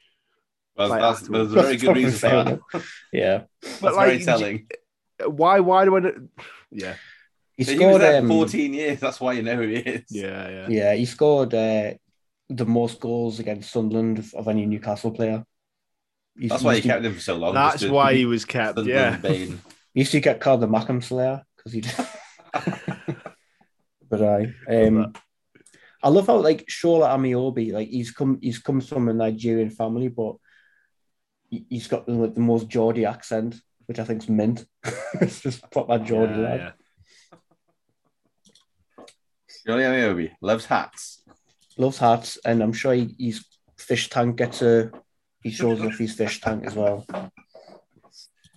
Speaker 1: Well,
Speaker 7: Like,
Speaker 1: that's, there's a very good
Speaker 5: probably
Speaker 1: reason for
Speaker 5: fair
Speaker 1: that.
Speaker 5: enough. Yeah.
Speaker 1: That's
Speaker 7: But,
Speaker 1: very
Speaker 7: like, you-
Speaker 1: telling.
Speaker 7: Why? Why do I? Know? Yeah,
Speaker 5: He
Speaker 1: So
Speaker 5: scored
Speaker 1: he was there
Speaker 5: um,
Speaker 1: for 14 years. That's why you know who he is.
Speaker 7: yeah, yeah.
Speaker 5: Yeah, he scored uh, the most goals against Sunderland of- of any Newcastle player. He
Speaker 1: That's why you
Speaker 5: used to-
Speaker 1: kept him for so long.
Speaker 7: That's
Speaker 1: just to-
Speaker 7: why he was
Speaker 1: just
Speaker 7: kept.
Speaker 1: to
Speaker 7: Yeah,
Speaker 1: Bane.
Speaker 5: he used to get called the Mackham Slayer because he. but I, um, I love how like Shola Amiobi, like he's come, he's come from a Nigerian family, but he- he's got the, the most Geordie accent, which I think's mint. it's just proper Geordie lad.
Speaker 7: yeah,
Speaker 1: Johnny Amobi loves hats.
Speaker 5: loves hats, and I'm sure he, his fish tank gets a. He shows off his fish tank as well.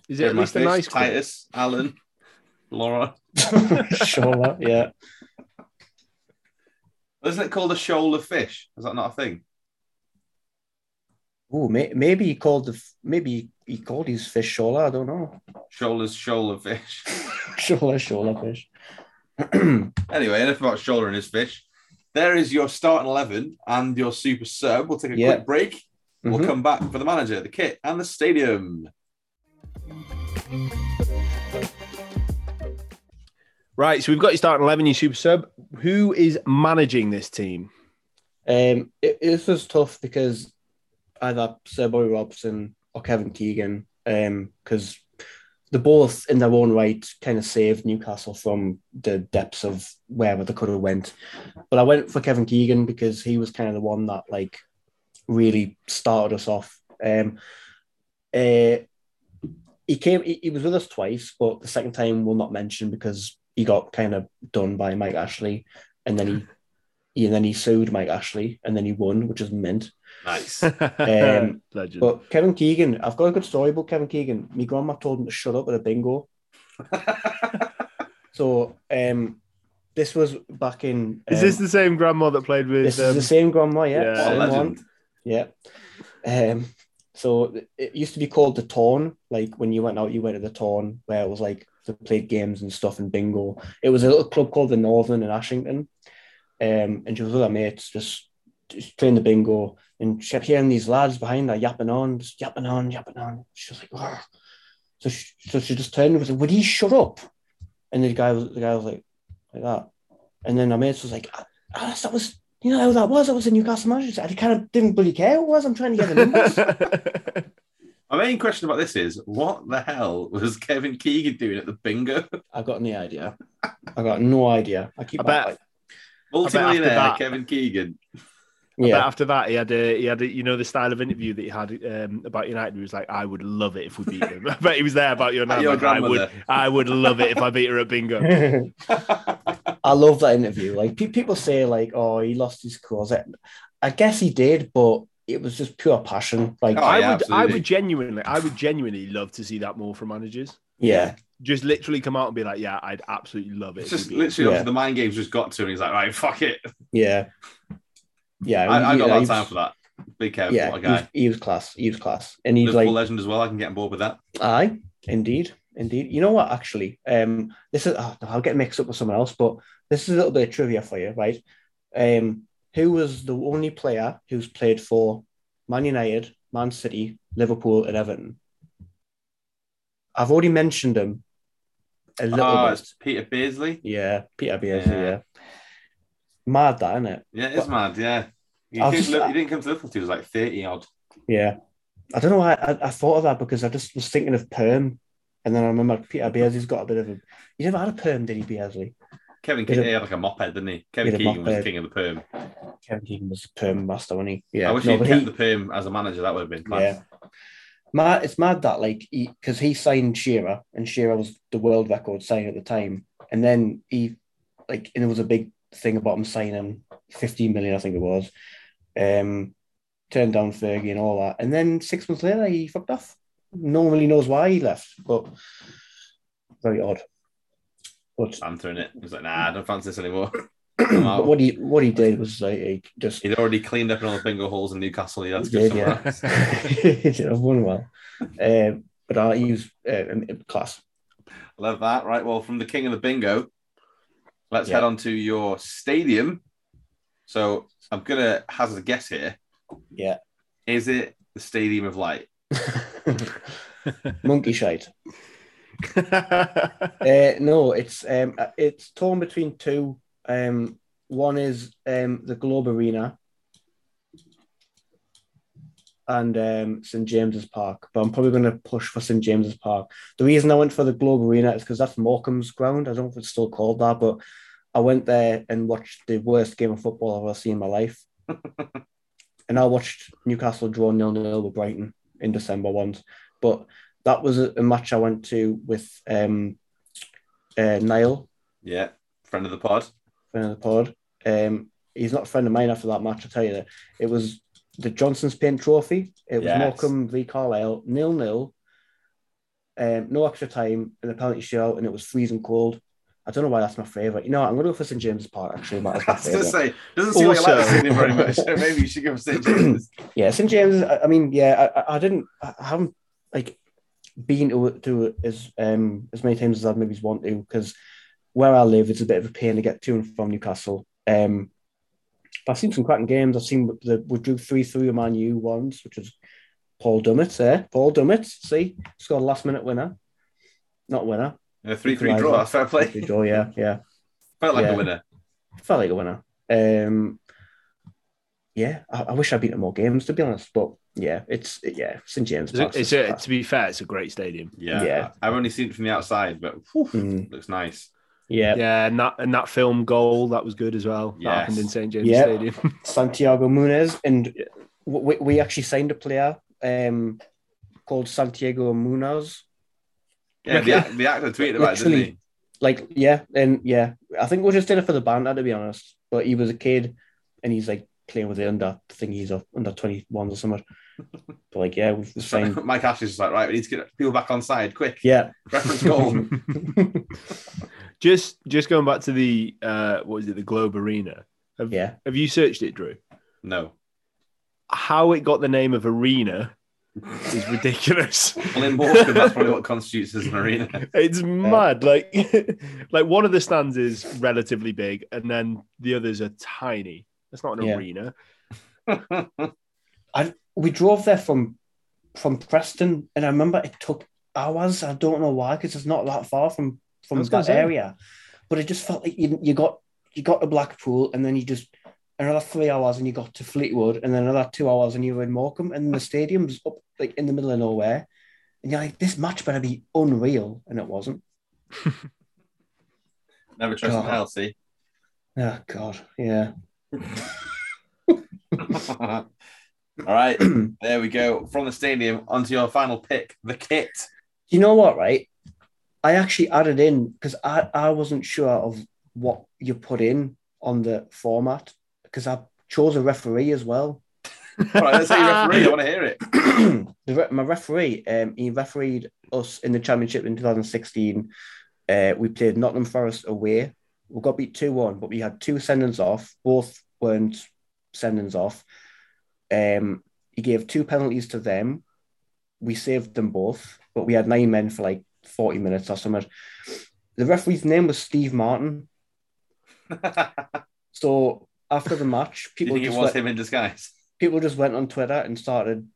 Speaker 7: Is it at
Speaker 1: My
Speaker 7: least a
Speaker 1: fish,
Speaker 7: nice clip?
Speaker 1: Titus, Alan, Laura.
Speaker 5: sure, that, yeah.
Speaker 1: Isn't it called a shoal of fish? Is that not a thing?
Speaker 5: Oh, may, maybe he called the f- maybe he called his fish shola. I don't know.
Speaker 1: Shoalers, shoal of fish.
Speaker 5: Shola, shola fish.
Speaker 1: anyway, enough about shoaler and his fish. There is your starting 11 and your super sub. We'll take a
Speaker 5: Yeah.
Speaker 1: quick break. We'll
Speaker 5: Mhm.
Speaker 1: come back for the manager, the kit, and the stadium.
Speaker 7: Right, so we've got your starting eleven, your super sub. Who is managing this team?
Speaker 5: Um, it, this was tough because either Sir Bobby Robson or Kevin Keegan, um, because they both in their own right kind of saved Newcastle from the depths of wherever they could have went. But I went for Kevin Keegan because he was kind of the one that like really started us off. Um, uh, he came, he, he was with us twice, but the second time we'll not mention because he got kind of done by Mike Ashley, and then he he- and then he sued Mike Ashley, and then he won, which is mint.
Speaker 1: Nice.
Speaker 5: Um,
Speaker 7: Legend.
Speaker 5: But Kevin Keegan, I've got a good story about Kevin Keegan. My grandma told him to shut up at a bingo. So um, this was back in.
Speaker 7: is
Speaker 5: um,
Speaker 7: this the same grandma that played with?
Speaker 5: this is
Speaker 7: um,
Speaker 5: the same grandma? Yeah,
Speaker 7: yeah.
Speaker 1: what a
Speaker 5: same one.
Speaker 1: Oh, legend.
Speaker 5: Yeah. Um, so it used to be called the Torn. Like when you went out, you went to the Torn, where it was like they played games and stuff and bingo. It was a little club called the Northern in Ashington. Um, and she was with her mates just, just playing the bingo. And she kept hearing these lads behind her yapping on, just yapping on, yapping on. She was like, "Ugh." so she, so she just turned and was like, Would he shut up? And the guy was the guy was like, like that. And then her mates was like, "Ah, Alice, that was you know how that was? That was a Newcastle manager. I kind of didn't bloody care who it was. I'm trying to get the numbers.
Speaker 1: My main question about this is what the hell was Kevin Keegan doing at the bingo?
Speaker 5: I got no idea. I got no idea. I keep
Speaker 7: I bet-
Speaker 5: like,
Speaker 1: Multi-millionaire
Speaker 7: that-
Speaker 1: Kevin Keegan.
Speaker 7: But
Speaker 5: yeah,
Speaker 7: after that, he had a he had a, you know the style of interview that he had um, about United. He was like, "I would love it if we beat them." I bet he was there about your, nan,
Speaker 1: your
Speaker 7: like, I would
Speaker 1: grandmother.
Speaker 7: I would love it if I beat her at bingo.
Speaker 5: I love that interview. Like pe- people say, like, oh, he lost his cause. I, I guess he did, but it was just pure passion. Like,
Speaker 1: Oh, yeah,
Speaker 7: I would I
Speaker 1: absolutely.
Speaker 7: would genuinely I would genuinely love to see that more from managers.
Speaker 5: yeah,
Speaker 7: Just literally come out and be like, "Yeah, I'd absolutely love it."
Speaker 1: It's
Speaker 7: if
Speaker 1: just
Speaker 7: we beat them."
Speaker 1: literally
Speaker 5: Yeah.
Speaker 1: obviously the mind game's just got to him. He's like, right, fuck it.
Speaker 5: yeah, yeah.
Speaker 1: I, I've got a lot
Speaker 5: he
Speaker 1: of time
Speaker 5: was-
Speaker 1: for that. Big Kev,
Speaker 5: Yeah,
Speaker 1: what a
Speaker 5: he was,
Speaker 1: guy.
Speaker 5: he was class. He was class, and he's
Speaker 1: Liverpool
Speaker 5: like,
Speaker 1: legend as well. I can get on board with that.
Speaker 5: Aye, indeed, indeed. You know what? Actually, um, this is oh, no, I'll get mixed up with someone else, but this is a little bit of trivia for you, right? Um, who was the only player who's played for Man United, Man City, Liverpool, and Everton? I've already mentioned him a little
Speaker 1: Oh,
Speaker 5: bit.
Speaker 1: it's Peter Beardsley.
Speaker 5: Yeah, Peter Beardsley.
Speaker 1: Yeah.
Speaker 5: Yeah. mad that, isn't it?
Speaker 1: Yeah, it's mad. Yeah. He,
Speaker 5: I'll
Speaker 1: came
Speaker 5: just-
Speaker 1: to, Liv- he didn't come to Liverpool till he was like 30 odd.
Speaker 5: Yeah, I don't know why I, I thought of that because I just was thinking of perm, and then I remember Peter Beardsley's got a bit of a. He never had a perm, did he, Beardsley?
Speaker 1: Kevin
Speaker 5: Bit
Speaker 1: Keegan
Speaker 5: of-
Speaker 1: he had like a mop head, didn't he? Kevin
Speaker 5: Bit of
Speaker 1: Keegan was the
Speaker 5: mophead.
Speaker 1: king of the perm.
Speaker 5: Kevin Keegan was the perm master, wasn't he? Yeah.
Speaker 1: I wish
Speaker 5: no,
Speaker 1: he'd
Speaker 5: but
Speaker 1: kept
Speaker 5: he-
Speaker 1: the perm as a manager. That would have been class.
Speaker 5: yeah. Mad, it's mad that like he because he signed Shearer and Shearer was the world record signing at the time, and then he like and there was a big thing about him signing 15 million, I think it was. Um, turned down Fergie and all that, and then six months later he fucked off. No one really knows why he left, but very odd. But,
Speaker 1: I'm throwing it. He was like, nah, I don't fancy this anymore.
Speaker 5: but what he what he did was like he just
Speaker 1: He'd already cleaned up in all the bingo halls in Newcastle. He had to
Speaker 5: He
Speaker 1: go
Speaker 5: did,
Speaker 1: somewhere else.
Speaker 5: yeah. I've won well. Um, but I use uh, um, uh, class.
Speaker 1: Love that. Right. Well, from the king of the bingo, let's
Speaker 5: Yeah.
Speaker 1: head on to your stadium. So I'm going to hazard a guess here.
Speaker 5: Yeah.
Speaker 1: Is it the Stadium of Light?
Speaker 5: Monkey shite. Uh, no, it's um, uh, it's torn between two. Um, one is um, the Globe Arena and um, St James's Park, but I'm probably going to push for St James's Park. The reason I went for the Globe Arena is because that's Morecambe's ground. I don't know if it's still called that, but I went there and watched the worst game of football I've ever seen in my life. and I watched Newcastle draw nil nil with Brighton in December once, but. That was a a match I went to with um, uh, Niall,
Speaker 1: Yeah. Friend of the pod.
Speaker 5: friend of the pod. Um, he's not a friend of mine after that match, I'll tell you that. It was the Johnson's Paint Trophy. It was
Speaker 1: Yes.
Speaker 5: Morecambe v Carlisle, nil nil. Um, no extra time in the penalty show, and it was freezing cold. I don't know why that's my favourite. You know, what, I'm going to go for St James's Park, actually. Matt, that's my
Speaker 1: I was going to say,
Speaker 5: favourite.
Speaker 1: doesn't seem like you like the
Speaker 7: Also-
Speaker 1: stadium very much. So maybe you should go for St. James.
Speaker 5: Yeah, St James. I, I mean, yeah, I- I, I didn't, I I haven't like been to it- to it as um as many times as I'd maybe want to because where I live, it's a bit of a pain to get to and from Newcastle. Um, but I've seen some cracking games. I've seen the we drew three three with Man U once, which was Paul Dummett there. Paul Dummett, see, scored a last minute winner, not winner.
Speaker 1: A 3 3 draw. That's fair
Speaker 5: Good
Speaker 1: play.
Speaker 5: draw, yeah, yeah
Speaker 1: Felt like
Speaker 5: Yeah.
Speaker 1: a winner.
Speaker 5: felt like a winner. Um, yeah, I, I wish I'd been at more games to be honest, but yeah, it's yeah, St James.
Speaker 7: It's
Speaker 5: Park's
Speaker 7: a- it's a- to be fair, it's a great stadium.
Speaker 1: Yeah.
Speaker 5: Yeah.
Speaker 1: I've only seen it from the outside, but whew,
Speaker 5: Mm.
Speaker 1: looks nice.
Speaker 5: yeah.
Speaker 7: Yeah, and that and that film goal that was good as well. That
Speaker 1: Yes.
Speaker 7: happened in St James
Speaker 5: Yeah.
Speaker 7: Stadium.
Speaker 5: Santiago Munez, and we, we actually signed a player um called Santiago Munoz.
Speaker 1: Yeah. The, act- the actor tweeted about it, didn't he?
Speaker 5: Literally. Like yeah, and yeah, I think we just did it for the banter to be honest. But he was a kid, and he's like playing with the under thingies or under twenty ones or something. But like yeah, we've signed.
Speaker 1: Mike Ashley's just like, right, we need to get people back on side quick.
Speaker 5: Yeah,
Speaker 1: Reference goal.
Speaker 7: just just going back to the uh, what is it, the Globe Arena? Have,
Speaker 5: yeah.
Speaker 7: have you searched it, Drew?
Speaker 1: no.
Speaker 7: How it got the name of arena is ridiculous.
Speaker 1: Well, in Morecambe, that's probably what constitutes as an arena.
Speaker 7: It's mad. Like, like one of the stands is relatively big, and then the others are tiny. That's not an
Speaker 5: Yeah.
Speaker 7: arena.
Speaker 5: we drove there from from Preston, and I remember it took hours. I don't know why, because it's not that far from
Speaker 7: I
Speaker 5: from
Speaker 7: was gonna
Speaker 5: that
Speaker 7: say.
Speaker 5: area. But it just felt like you, you got you got to Blackpool, and then you just another three hours, and you got to Fleetwood, and then another two hours, and you were in Morecambe, and the stadium's up like in the middle of nowhere, and you're like, this match better be unreal, and it wasn't.
Speaker 1: Never trust an
Speaker 5: God.
Speaker 1: Elsie.
Speaker 5: Oh God, yeah.
Speaker 1: All right, there we go. From the stadium onto your final pick, the kit.
Speaker 5: you know what, right? I actually added in because I, I wasn't sure of what you put in on the format because I chose a referee as well.
Speaker 1: All right, let's say referee. I want to hear it.
Speaker 5: the re- my referee, um, he refereed us in the championship in 2016. Uh, we played Nottingham Forest away. We got beat 2 1, but we had two sendings off. Both weren't sendings off. Um, he gave two penalties to them. We saved them both, but we had nine men for like 40 minutes or something. The referee's name was Steve Martin. So after the match,
Speaker 1: Do you
Speaker 5: people
Speaker 1: think it
Speaker 5: just
Speaker 1: was
Speaker 5: let-
Speaker 1: him in disguise?
Speaker 5: people just went on Twitter and started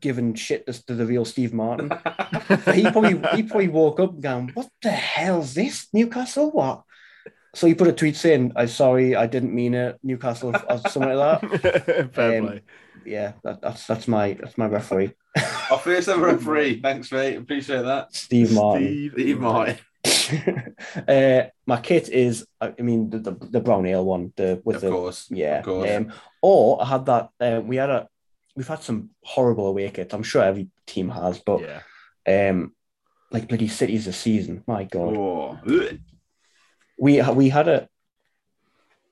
Speaker 5: giving shit to, to the real Steve Martin. But he probably he probably woke up going, "What the hell's this Newcastle? What?" So he put a tweet saying, "I'm sorry, I didn't mean it, Newcastle," or something like that.
Speaker 7: Fair
Speaker 5: Um,
Speaker 7: play.
Speaker 5: Yeah, that, that's that's my that's my referee,
Speaker 1: Our first ever referee. Thanks, mate. Appreciate that.
Speaker 5: Steve Martin.
Speaker 1: Steve Martin.
Speaker 5: uh, my kit is, I I mean, the the, the brown ale one, the with
Speaker 1: Of
Speaker 5: the
Speaker 1: course.
Speaker 5: Yeah.
Speaker 1: Of course.
Speaker 5: Um, or I had that. Uh, we had a. We've had some horrible away kits. I'm sure every team has, but
Speaker 7: Yeah.
Speaker 5: um, like bloody cities a season. My God,
Speaker 1: Oh. Ugh.
Speaker 5: we ha- we had a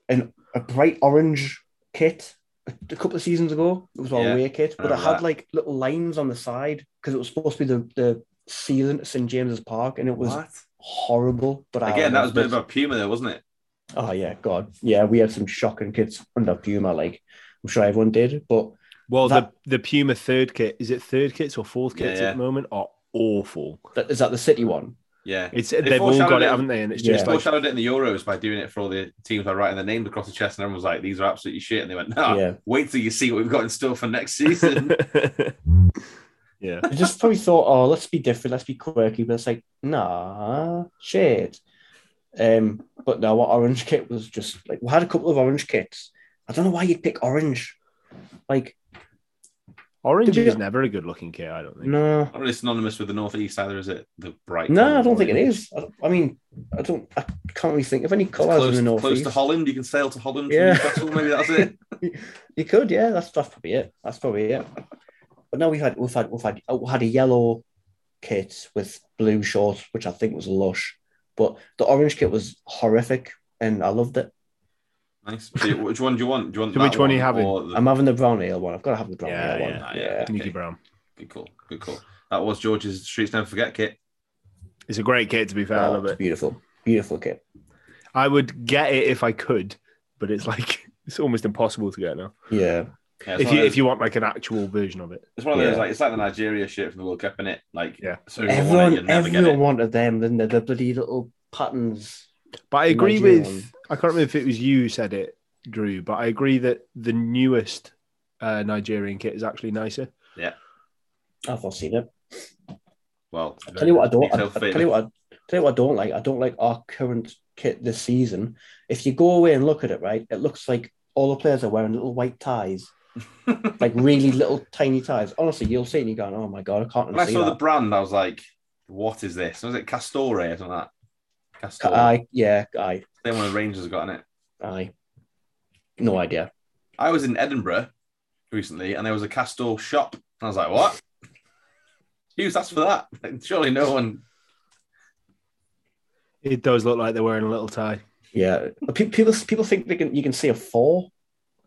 Speaker 5: an a bright orange kit a, a couple of seasons ago. It was our
Speaker 1: Yeah,
Speaker 5: away kit, but it
Speaker 1: remember
Speaker 5: had
Speaker 1: that.
Speaker 5: like little lines on the side because it was supposed to be the the ceiling at St James's Park, and it was
Speaker 1: What?
Speaker 5: horrible. But I
Speaker 1: Again, that was a
Speaker 5: loved
Speaker 1: bit
Speaker 5: it.
Speaker 1: of a puma, though, wasn't it?
Speaker 5: Oh yeah, God, yeah. We had some shocking kits under Puma. Like I'm sure everyone did, but.
Speaker 7: Well,
Speaker 5: That-
Speaker 7: the the Puma third kit is it third kits or fourth
Speaker 1: Yeah,
Speaker 7: kits
Speaker 1: yeah.
Speaker 7: at the moment are awful.
Speaker 5: That, is that the city one?
Speaker 1: Yeah.
Speaker 7: It's
Speaker 1: They
Speaker 7: they've all got
Speaker 1: foreshadowed
Speaker 7: it,
Speaker 1: it.
Speaker 7: haven't they? And it's
Speaker 5: Yeah.
Speaker 1: They
Speaker 7: just like
Speaker 1: foreshadowed it in the Euros by doing it for all the teams by writing their names across the chest, and everyone was like, "These are absolutely shit." And they went, "No,
Speaker 5: Yeah.
Speaker 1: wait till you see what we've got in store for next season."
Speaker 7: yeah.
Speaker 5: I just probably thought, oh, let's be different, let's be quirky, but it's like, nah, shit. Um, but no, our orange kit was just like we had a couple of orange kits. I don't know why you'd pick orange. Like,
Speaker 7: Orange
Speaker 5: Did you-
Speaker 7: is never a good looking kit, I don't think.
Speaker 5: no,
Speaker 1: Not really synonymous with the northeast either, is it? The bright.
Speaker 5: no,
Speaker 1: colour
Speaker 5: I don't think it
Speaker 1: orange.
Speaker 5: is. I, don't- I mean, I don't, I can't really think of any
Speaker 1: It's
Speaker 5: colours in the
Speaker 1: close,
Speaker 5: north.
Speaker 1: close to Holland, you can sail to Holland.
Speaker 5: Yeah.
Speaker 1: Yeah. Newcastle, maybe that's it.
Speaker 5: You could, yeah. That's that's probably it. That's probably it. But now we've had we've had we've had oh, we had a yellow kit with blue shorts, which I think was lush. But the orange kit was horrific, and I loved it.
Speaker 1: Nice. So you- which one do you want? Do you want
Speaker 7: So
Speaker 1: that
Speaker 7: which one are you
Speaker 1: or
Speaker 7: having?
Speaker 1: the-
Speaker 5: I'm having the brown ale one. I've got to have the brown
Speaker 7: Yeah,
Speaker 5: ale one.
Speaker 1: yeah,
Speaker 5: Yeah,
Speaker 1: yeah.
Speaker 7: Nicky
Speaker 1: Okay.
Speaker 7: Brown.
Speaker 1: Good call. Good call. That was George's Streets Never Forget kit.
Speaker 7: It's a great kit to be fair. I
Speaker 5: Oh,
Speaker 7: love
Speaker 5: it's
Speaker 7: it.
Speaker 5: Beautiful, beautiful kit.
Speaker 7: I would get it if I could, but it's like it's almost impossible to get now.
Speaker 5: Yeah,
Speaker 1: Yeah, it's one
Speaker 7: If you
Speaker 1: of
Speaker 7: if
Speaker 1: those-
Speaker 7: you want like an actual version of it.
Speaker 1: it's one of those
Speaker 5: yeah.
Speaker 1: like it's like the Nigeria shit from the World Cup, in it? Like
Speaker 7: Yeah.
Speaker 1: so if you want it, you'll
Speaker 5: everyone
Speaker 1: never get
Speaker 5: everyone
Speaker 1: it.
Speaker 5: wanted them. Then the, the bloody little patterns.
Speaker 7: But I agree
Speaker 5: Nigerian
Speaker 7: with
Speaker 5: one.
Speaker 7: I can't remember if it was you who said it, Drew, but I agree that the newest uh, Nigerian kit is actually nicer.
Speaker 5: I've not seen it.
Speaker 1: Well,
Speaker 5: Tell you what, I don't. I,
Speaker 1: detailed
Speaker 5: I-
Speaker 1: favour.
Speaker 5: tell you what, I, tell you what, I don't like. I don't like our current kit this season. If you go away and look at it, right, it looks like all the players are wearing little white ties, like really little tiny ties. Honestly, you'll see it and you're going, "Oh my god, I can't
Speaker 1: When I
Speaker 5: see
Speaker 1: saw
Speaker 5: that."
Speaker 1: the brand, I was like, "What is this?" Was it Castore or something like that? Castore.
Speaker 5: Uh, I yeah, I
Speaker 1: Same one the Rangers have got in it.
Speaker 5: I no idea.
Speaker 1: I was in Edinburgh recently, and there was a Castor shop. And I was like, "What? Who's asked for that? Surely no one."
Speaker 7: It does look like they're wearing a little tie.
Speaker 5: Yeah, But pe- people people think they can you can see a four,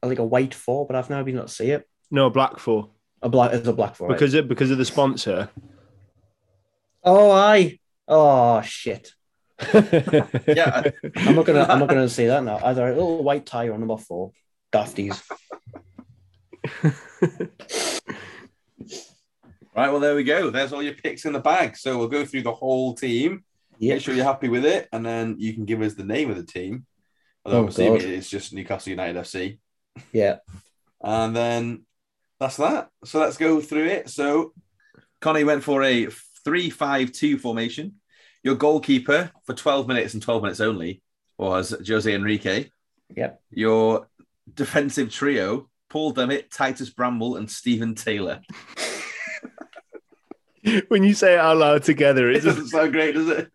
Speaker 5: uh, like a white four, but I've never been able to see it.
Speaker 7: No, black four.
Speaker 5: A black is a black four. right?
Speaker 7: Because of because of the sponsor.
Speaker 5: oh I oh shit.
Speaker 7: yeah.
Speaker 1: Yeah,
Speaker 5: I'm not gonna. I'm not gonna say that now. Either a little white tie or number four, dafties.
Speaker 1: right. Well, there we go. There's all your picks in the bag. So we'll go through the whole team.
Speaker 5: Yeah,
Speaker 1: Make sure you're happy with it, and then you can give us the name of the team. Although
Speaker 5: Oh,
Speaker 1: I'm assuming
Speaker 5: God.
Speaker 1: it's just Newcastle United FC.
Speaker 5: yeah.
Speaker 1: And then that's that. So let's go through it. So Connie went for a 3 5 2 formation. Your goalkeeper for 12 minutes and 12 minutes only was Jose Enrique.
Speaker 5: Yep.
Speaker 1: Your defensive trio, Paul Dummett, Titus Bramble, and Stephen Taylor.
Speaker 7: when you say it out loud together,
Speaker 1: It
Speaker 7: it's
Speaker 1: doesn't sound great, does it?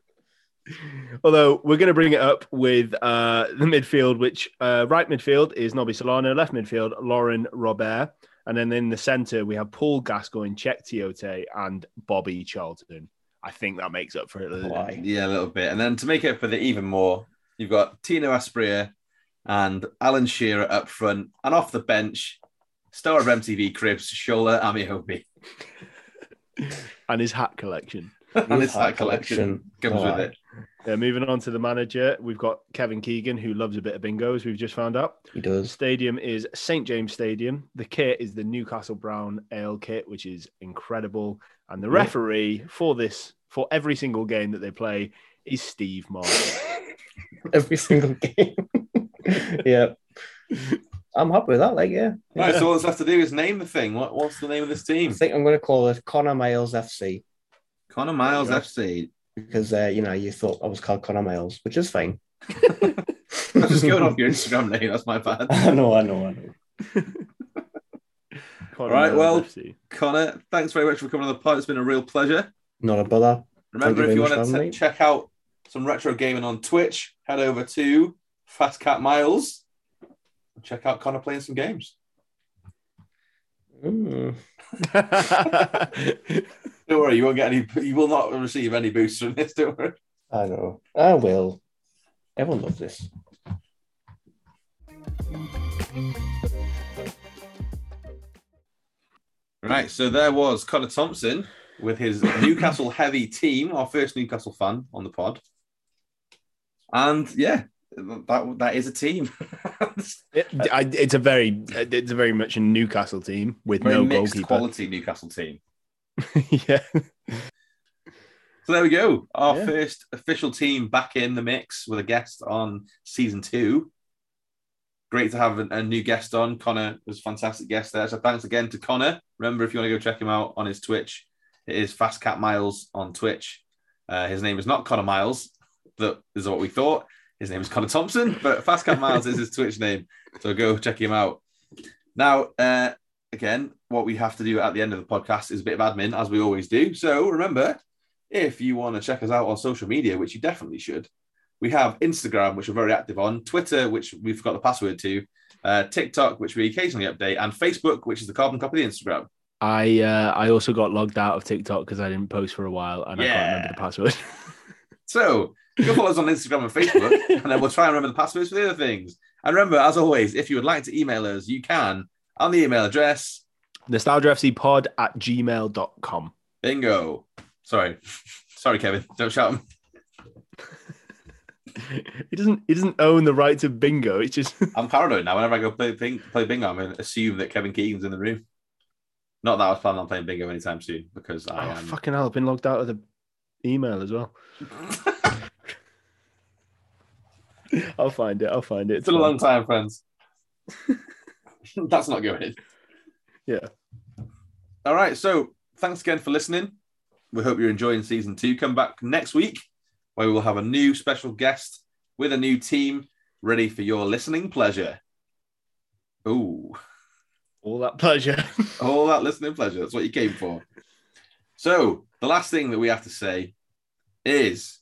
Speaker 7: Although we're going to bring it up with uh, the midfield, which uh, right midfield is Nobby Solano, left midfield Lauren Robert, and then in the centre we have Paul Gascoigne, Czech Tiote, and Bobby Charlton. I think that makes up for it. doesn't it?
Speaker 5: Why?
Speaker 1: Yeah, a little bit. And then to make it up for the even more, you've got Tino Aspria and Alan Shearer up front, and off the bench, star of MTV Cribs, Shola Amiobi.
Speaker 7: And his hat collection.
Speaker 1: and it's that collection comes with it.
Speaker 7: Uh, moving on to the manager, we've got Kevin Keegan, who loves a bit of bingo, as we've just found out.
Speaker 5: He
Speaker 7: The
Speaker 5: does.
Speaker 7: stadium is St James Stadium. The kit is the Newcastle Brown Ale kit, which is incredible. And the referee for this, for every single game that they play, is Steve Martin.
Speaker 5: Every single game. yeah. I'm happy with that. Like, yeah.
Speaker 1: Right, so all that's left to do is name the thing. What, what's the name of this
Speaker 5: I
Speaker 1: team?
Speaker 5: think I'm gonna call it Connor Miles FC
Speaker 1: Connor Miles
Speaker 7: Yeah.
Speaker 1: FC.
Speaker 5: because uh, you know you thought I was called Connor Miles, which is fine.
Speaker 1: I'm just going off your Instagram name. That's my bad.
Speaker 5: I know. I know. I know.
Speaker 7: All
Speaker 1: right, well- Connor, thanks very much for coming on the pod. It's been a real pleasure.
Speaker 5: Not a bother.
Speaker 1: Remember,
Speaker 5: Thank
Speaker 1: if
Speaker 5: you
Speaker 1: you
Speaker 5: very
Speaker 1: want
Speaker 5: much,
Speaker 1: to
Speaker 5: Dominic.
Speaker 1: check out some retro gaming on Twitch, head over to Fast Cat Miles. and Check out Connor playing some games.
Speaker 5: Mm.
Speaker 1: Don't worry, you won't get any. You will not receive any boosts from this. Don't worry.
Speaker 5: I know. I will. Everyone loves this.
Speaker 1: Right, so there was Connor Thompson with his Newcastle heavy team, our first Newcastle fan on the pod. And yeah, that that is a team.
Speaker 7: it's a very, it's a very much a Newcastle team with
Speaker 1: Very
Speaker 7: no
Speaker 1: mixed
Speaker 7: goalkeeper.
Speaker 1: quality Newcastle team.
Speaker 7: yeah,
Speaker 1: So there we go. Our
Speaker 7: Yeah.
Speaker 1: first official team back in the mix with a guest on season two. Great to have a, a new guest on. Connor was a fantastic guest there. So thanks again to Connor. Remember, if you want to go check him out on his Twitch, it is Fast Cat Miles on Twitch. Uh, his name is not Connor Miles, that is what we thought. His name is Connor Thompson, but Fast Cat Miles is his Twitch name. So go check him out. Now, uh, again, what we have to do at the end of the podcast is a bit of admin, as we always do. So remember, if you want to check us out on social media, which you definitely should, we have Instagram, which we're very active on, Twitter, which we forgot the password to, uh, TikTok, which we occasionally update, and Facebook, which is the carbon copy of the Instagram.
Speaker 7: I uh, I also got logged out of TikTok because I didn't post for a while and I can't remember the password.
Speaker 1: So go follow us on Instagram and Facebook, and then we'll try and remember the passwords for the other things. And remember, as always, if you would like to email us, you can on the email address
Speaker 7: NostalgiaFCpod at gmail.com.
Speaker 1: Bingo. Sorry. Sorry, Kevin. Don't shout.
Speaker 7: He doesn't he doesn't own the right to bingo. It's just
Speaker 1: I'm paranoid now. Whenever I go play, bing, play bingo, I'm going to assume that Kevin Keegan's in the room. Not that I was planning on playing bingo anytime soon because I
Speaker 7: oh,
Speaker 1: am.
Speaker 7: fucking hell, I've been logged out of the email as well. I'll find it. I'll find it.
Speaker 1: It's been a long time, friends. That's not going in.
Speaker 7: Yeah.
Speaker 1: All right. So thanks again for listening. We hope you're enjoying season two. Come back next week where we'll have a new special guest with a new team ready for your listening pleasure. Ooh.
Speaker 7: All that pleasure.
Speaker 1: All that listening pleasure. That's what you came for. So, the last thing that we have to say is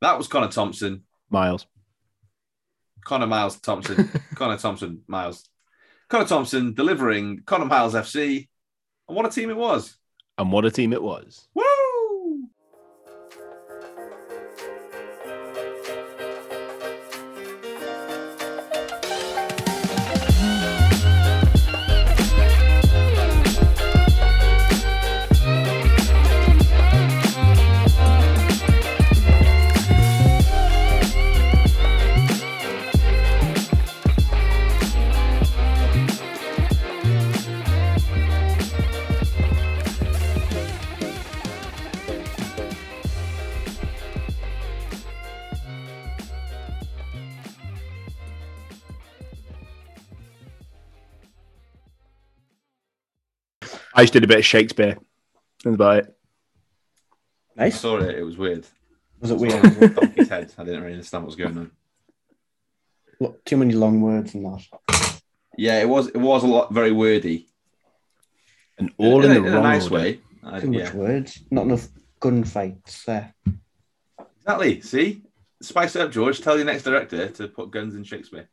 Speaker 1: that was Connor Thompson,
Speaker 7: Miles.
Speaker 1: Connor Miles Thompson, Connor Thompson Miles, Connor Thompson delivering Connor Miles FC. And what a team it was!
Speaker 7: And what a team it was.
Speaker 1: Woo!
Speaker 7: I just did a bit of Shakespeare. That's about it.
Speaker 1: I
Speaker 5: Nice.
Speaker 1: saw it. It was weird.
Speaker 5: Was it
Speaker 1: I saw
Speaker 5: weird?
Speaker 1: Donkey's head. I didn't really understand what was going on.
Speaker 5: Look, Too many long words and that.
Speaker 1: Yeah, it was. It was a lot very wordy.
Speaker 7: And all in,
Speaker 1: a-
Speaker 7: the
Speaker 1: in
Speaker 7: wrong
Speaker 1: a nice
Speaker 7: order.
Speaker 1: way. I-
Speaker 5: Too much
Speaker 1: yeah,
Speaker 5: words. Not enough gunfights eh? there.
Speaker 1: exactly. See, spice it up, George. Tell your next director to put guns in Shakespeare.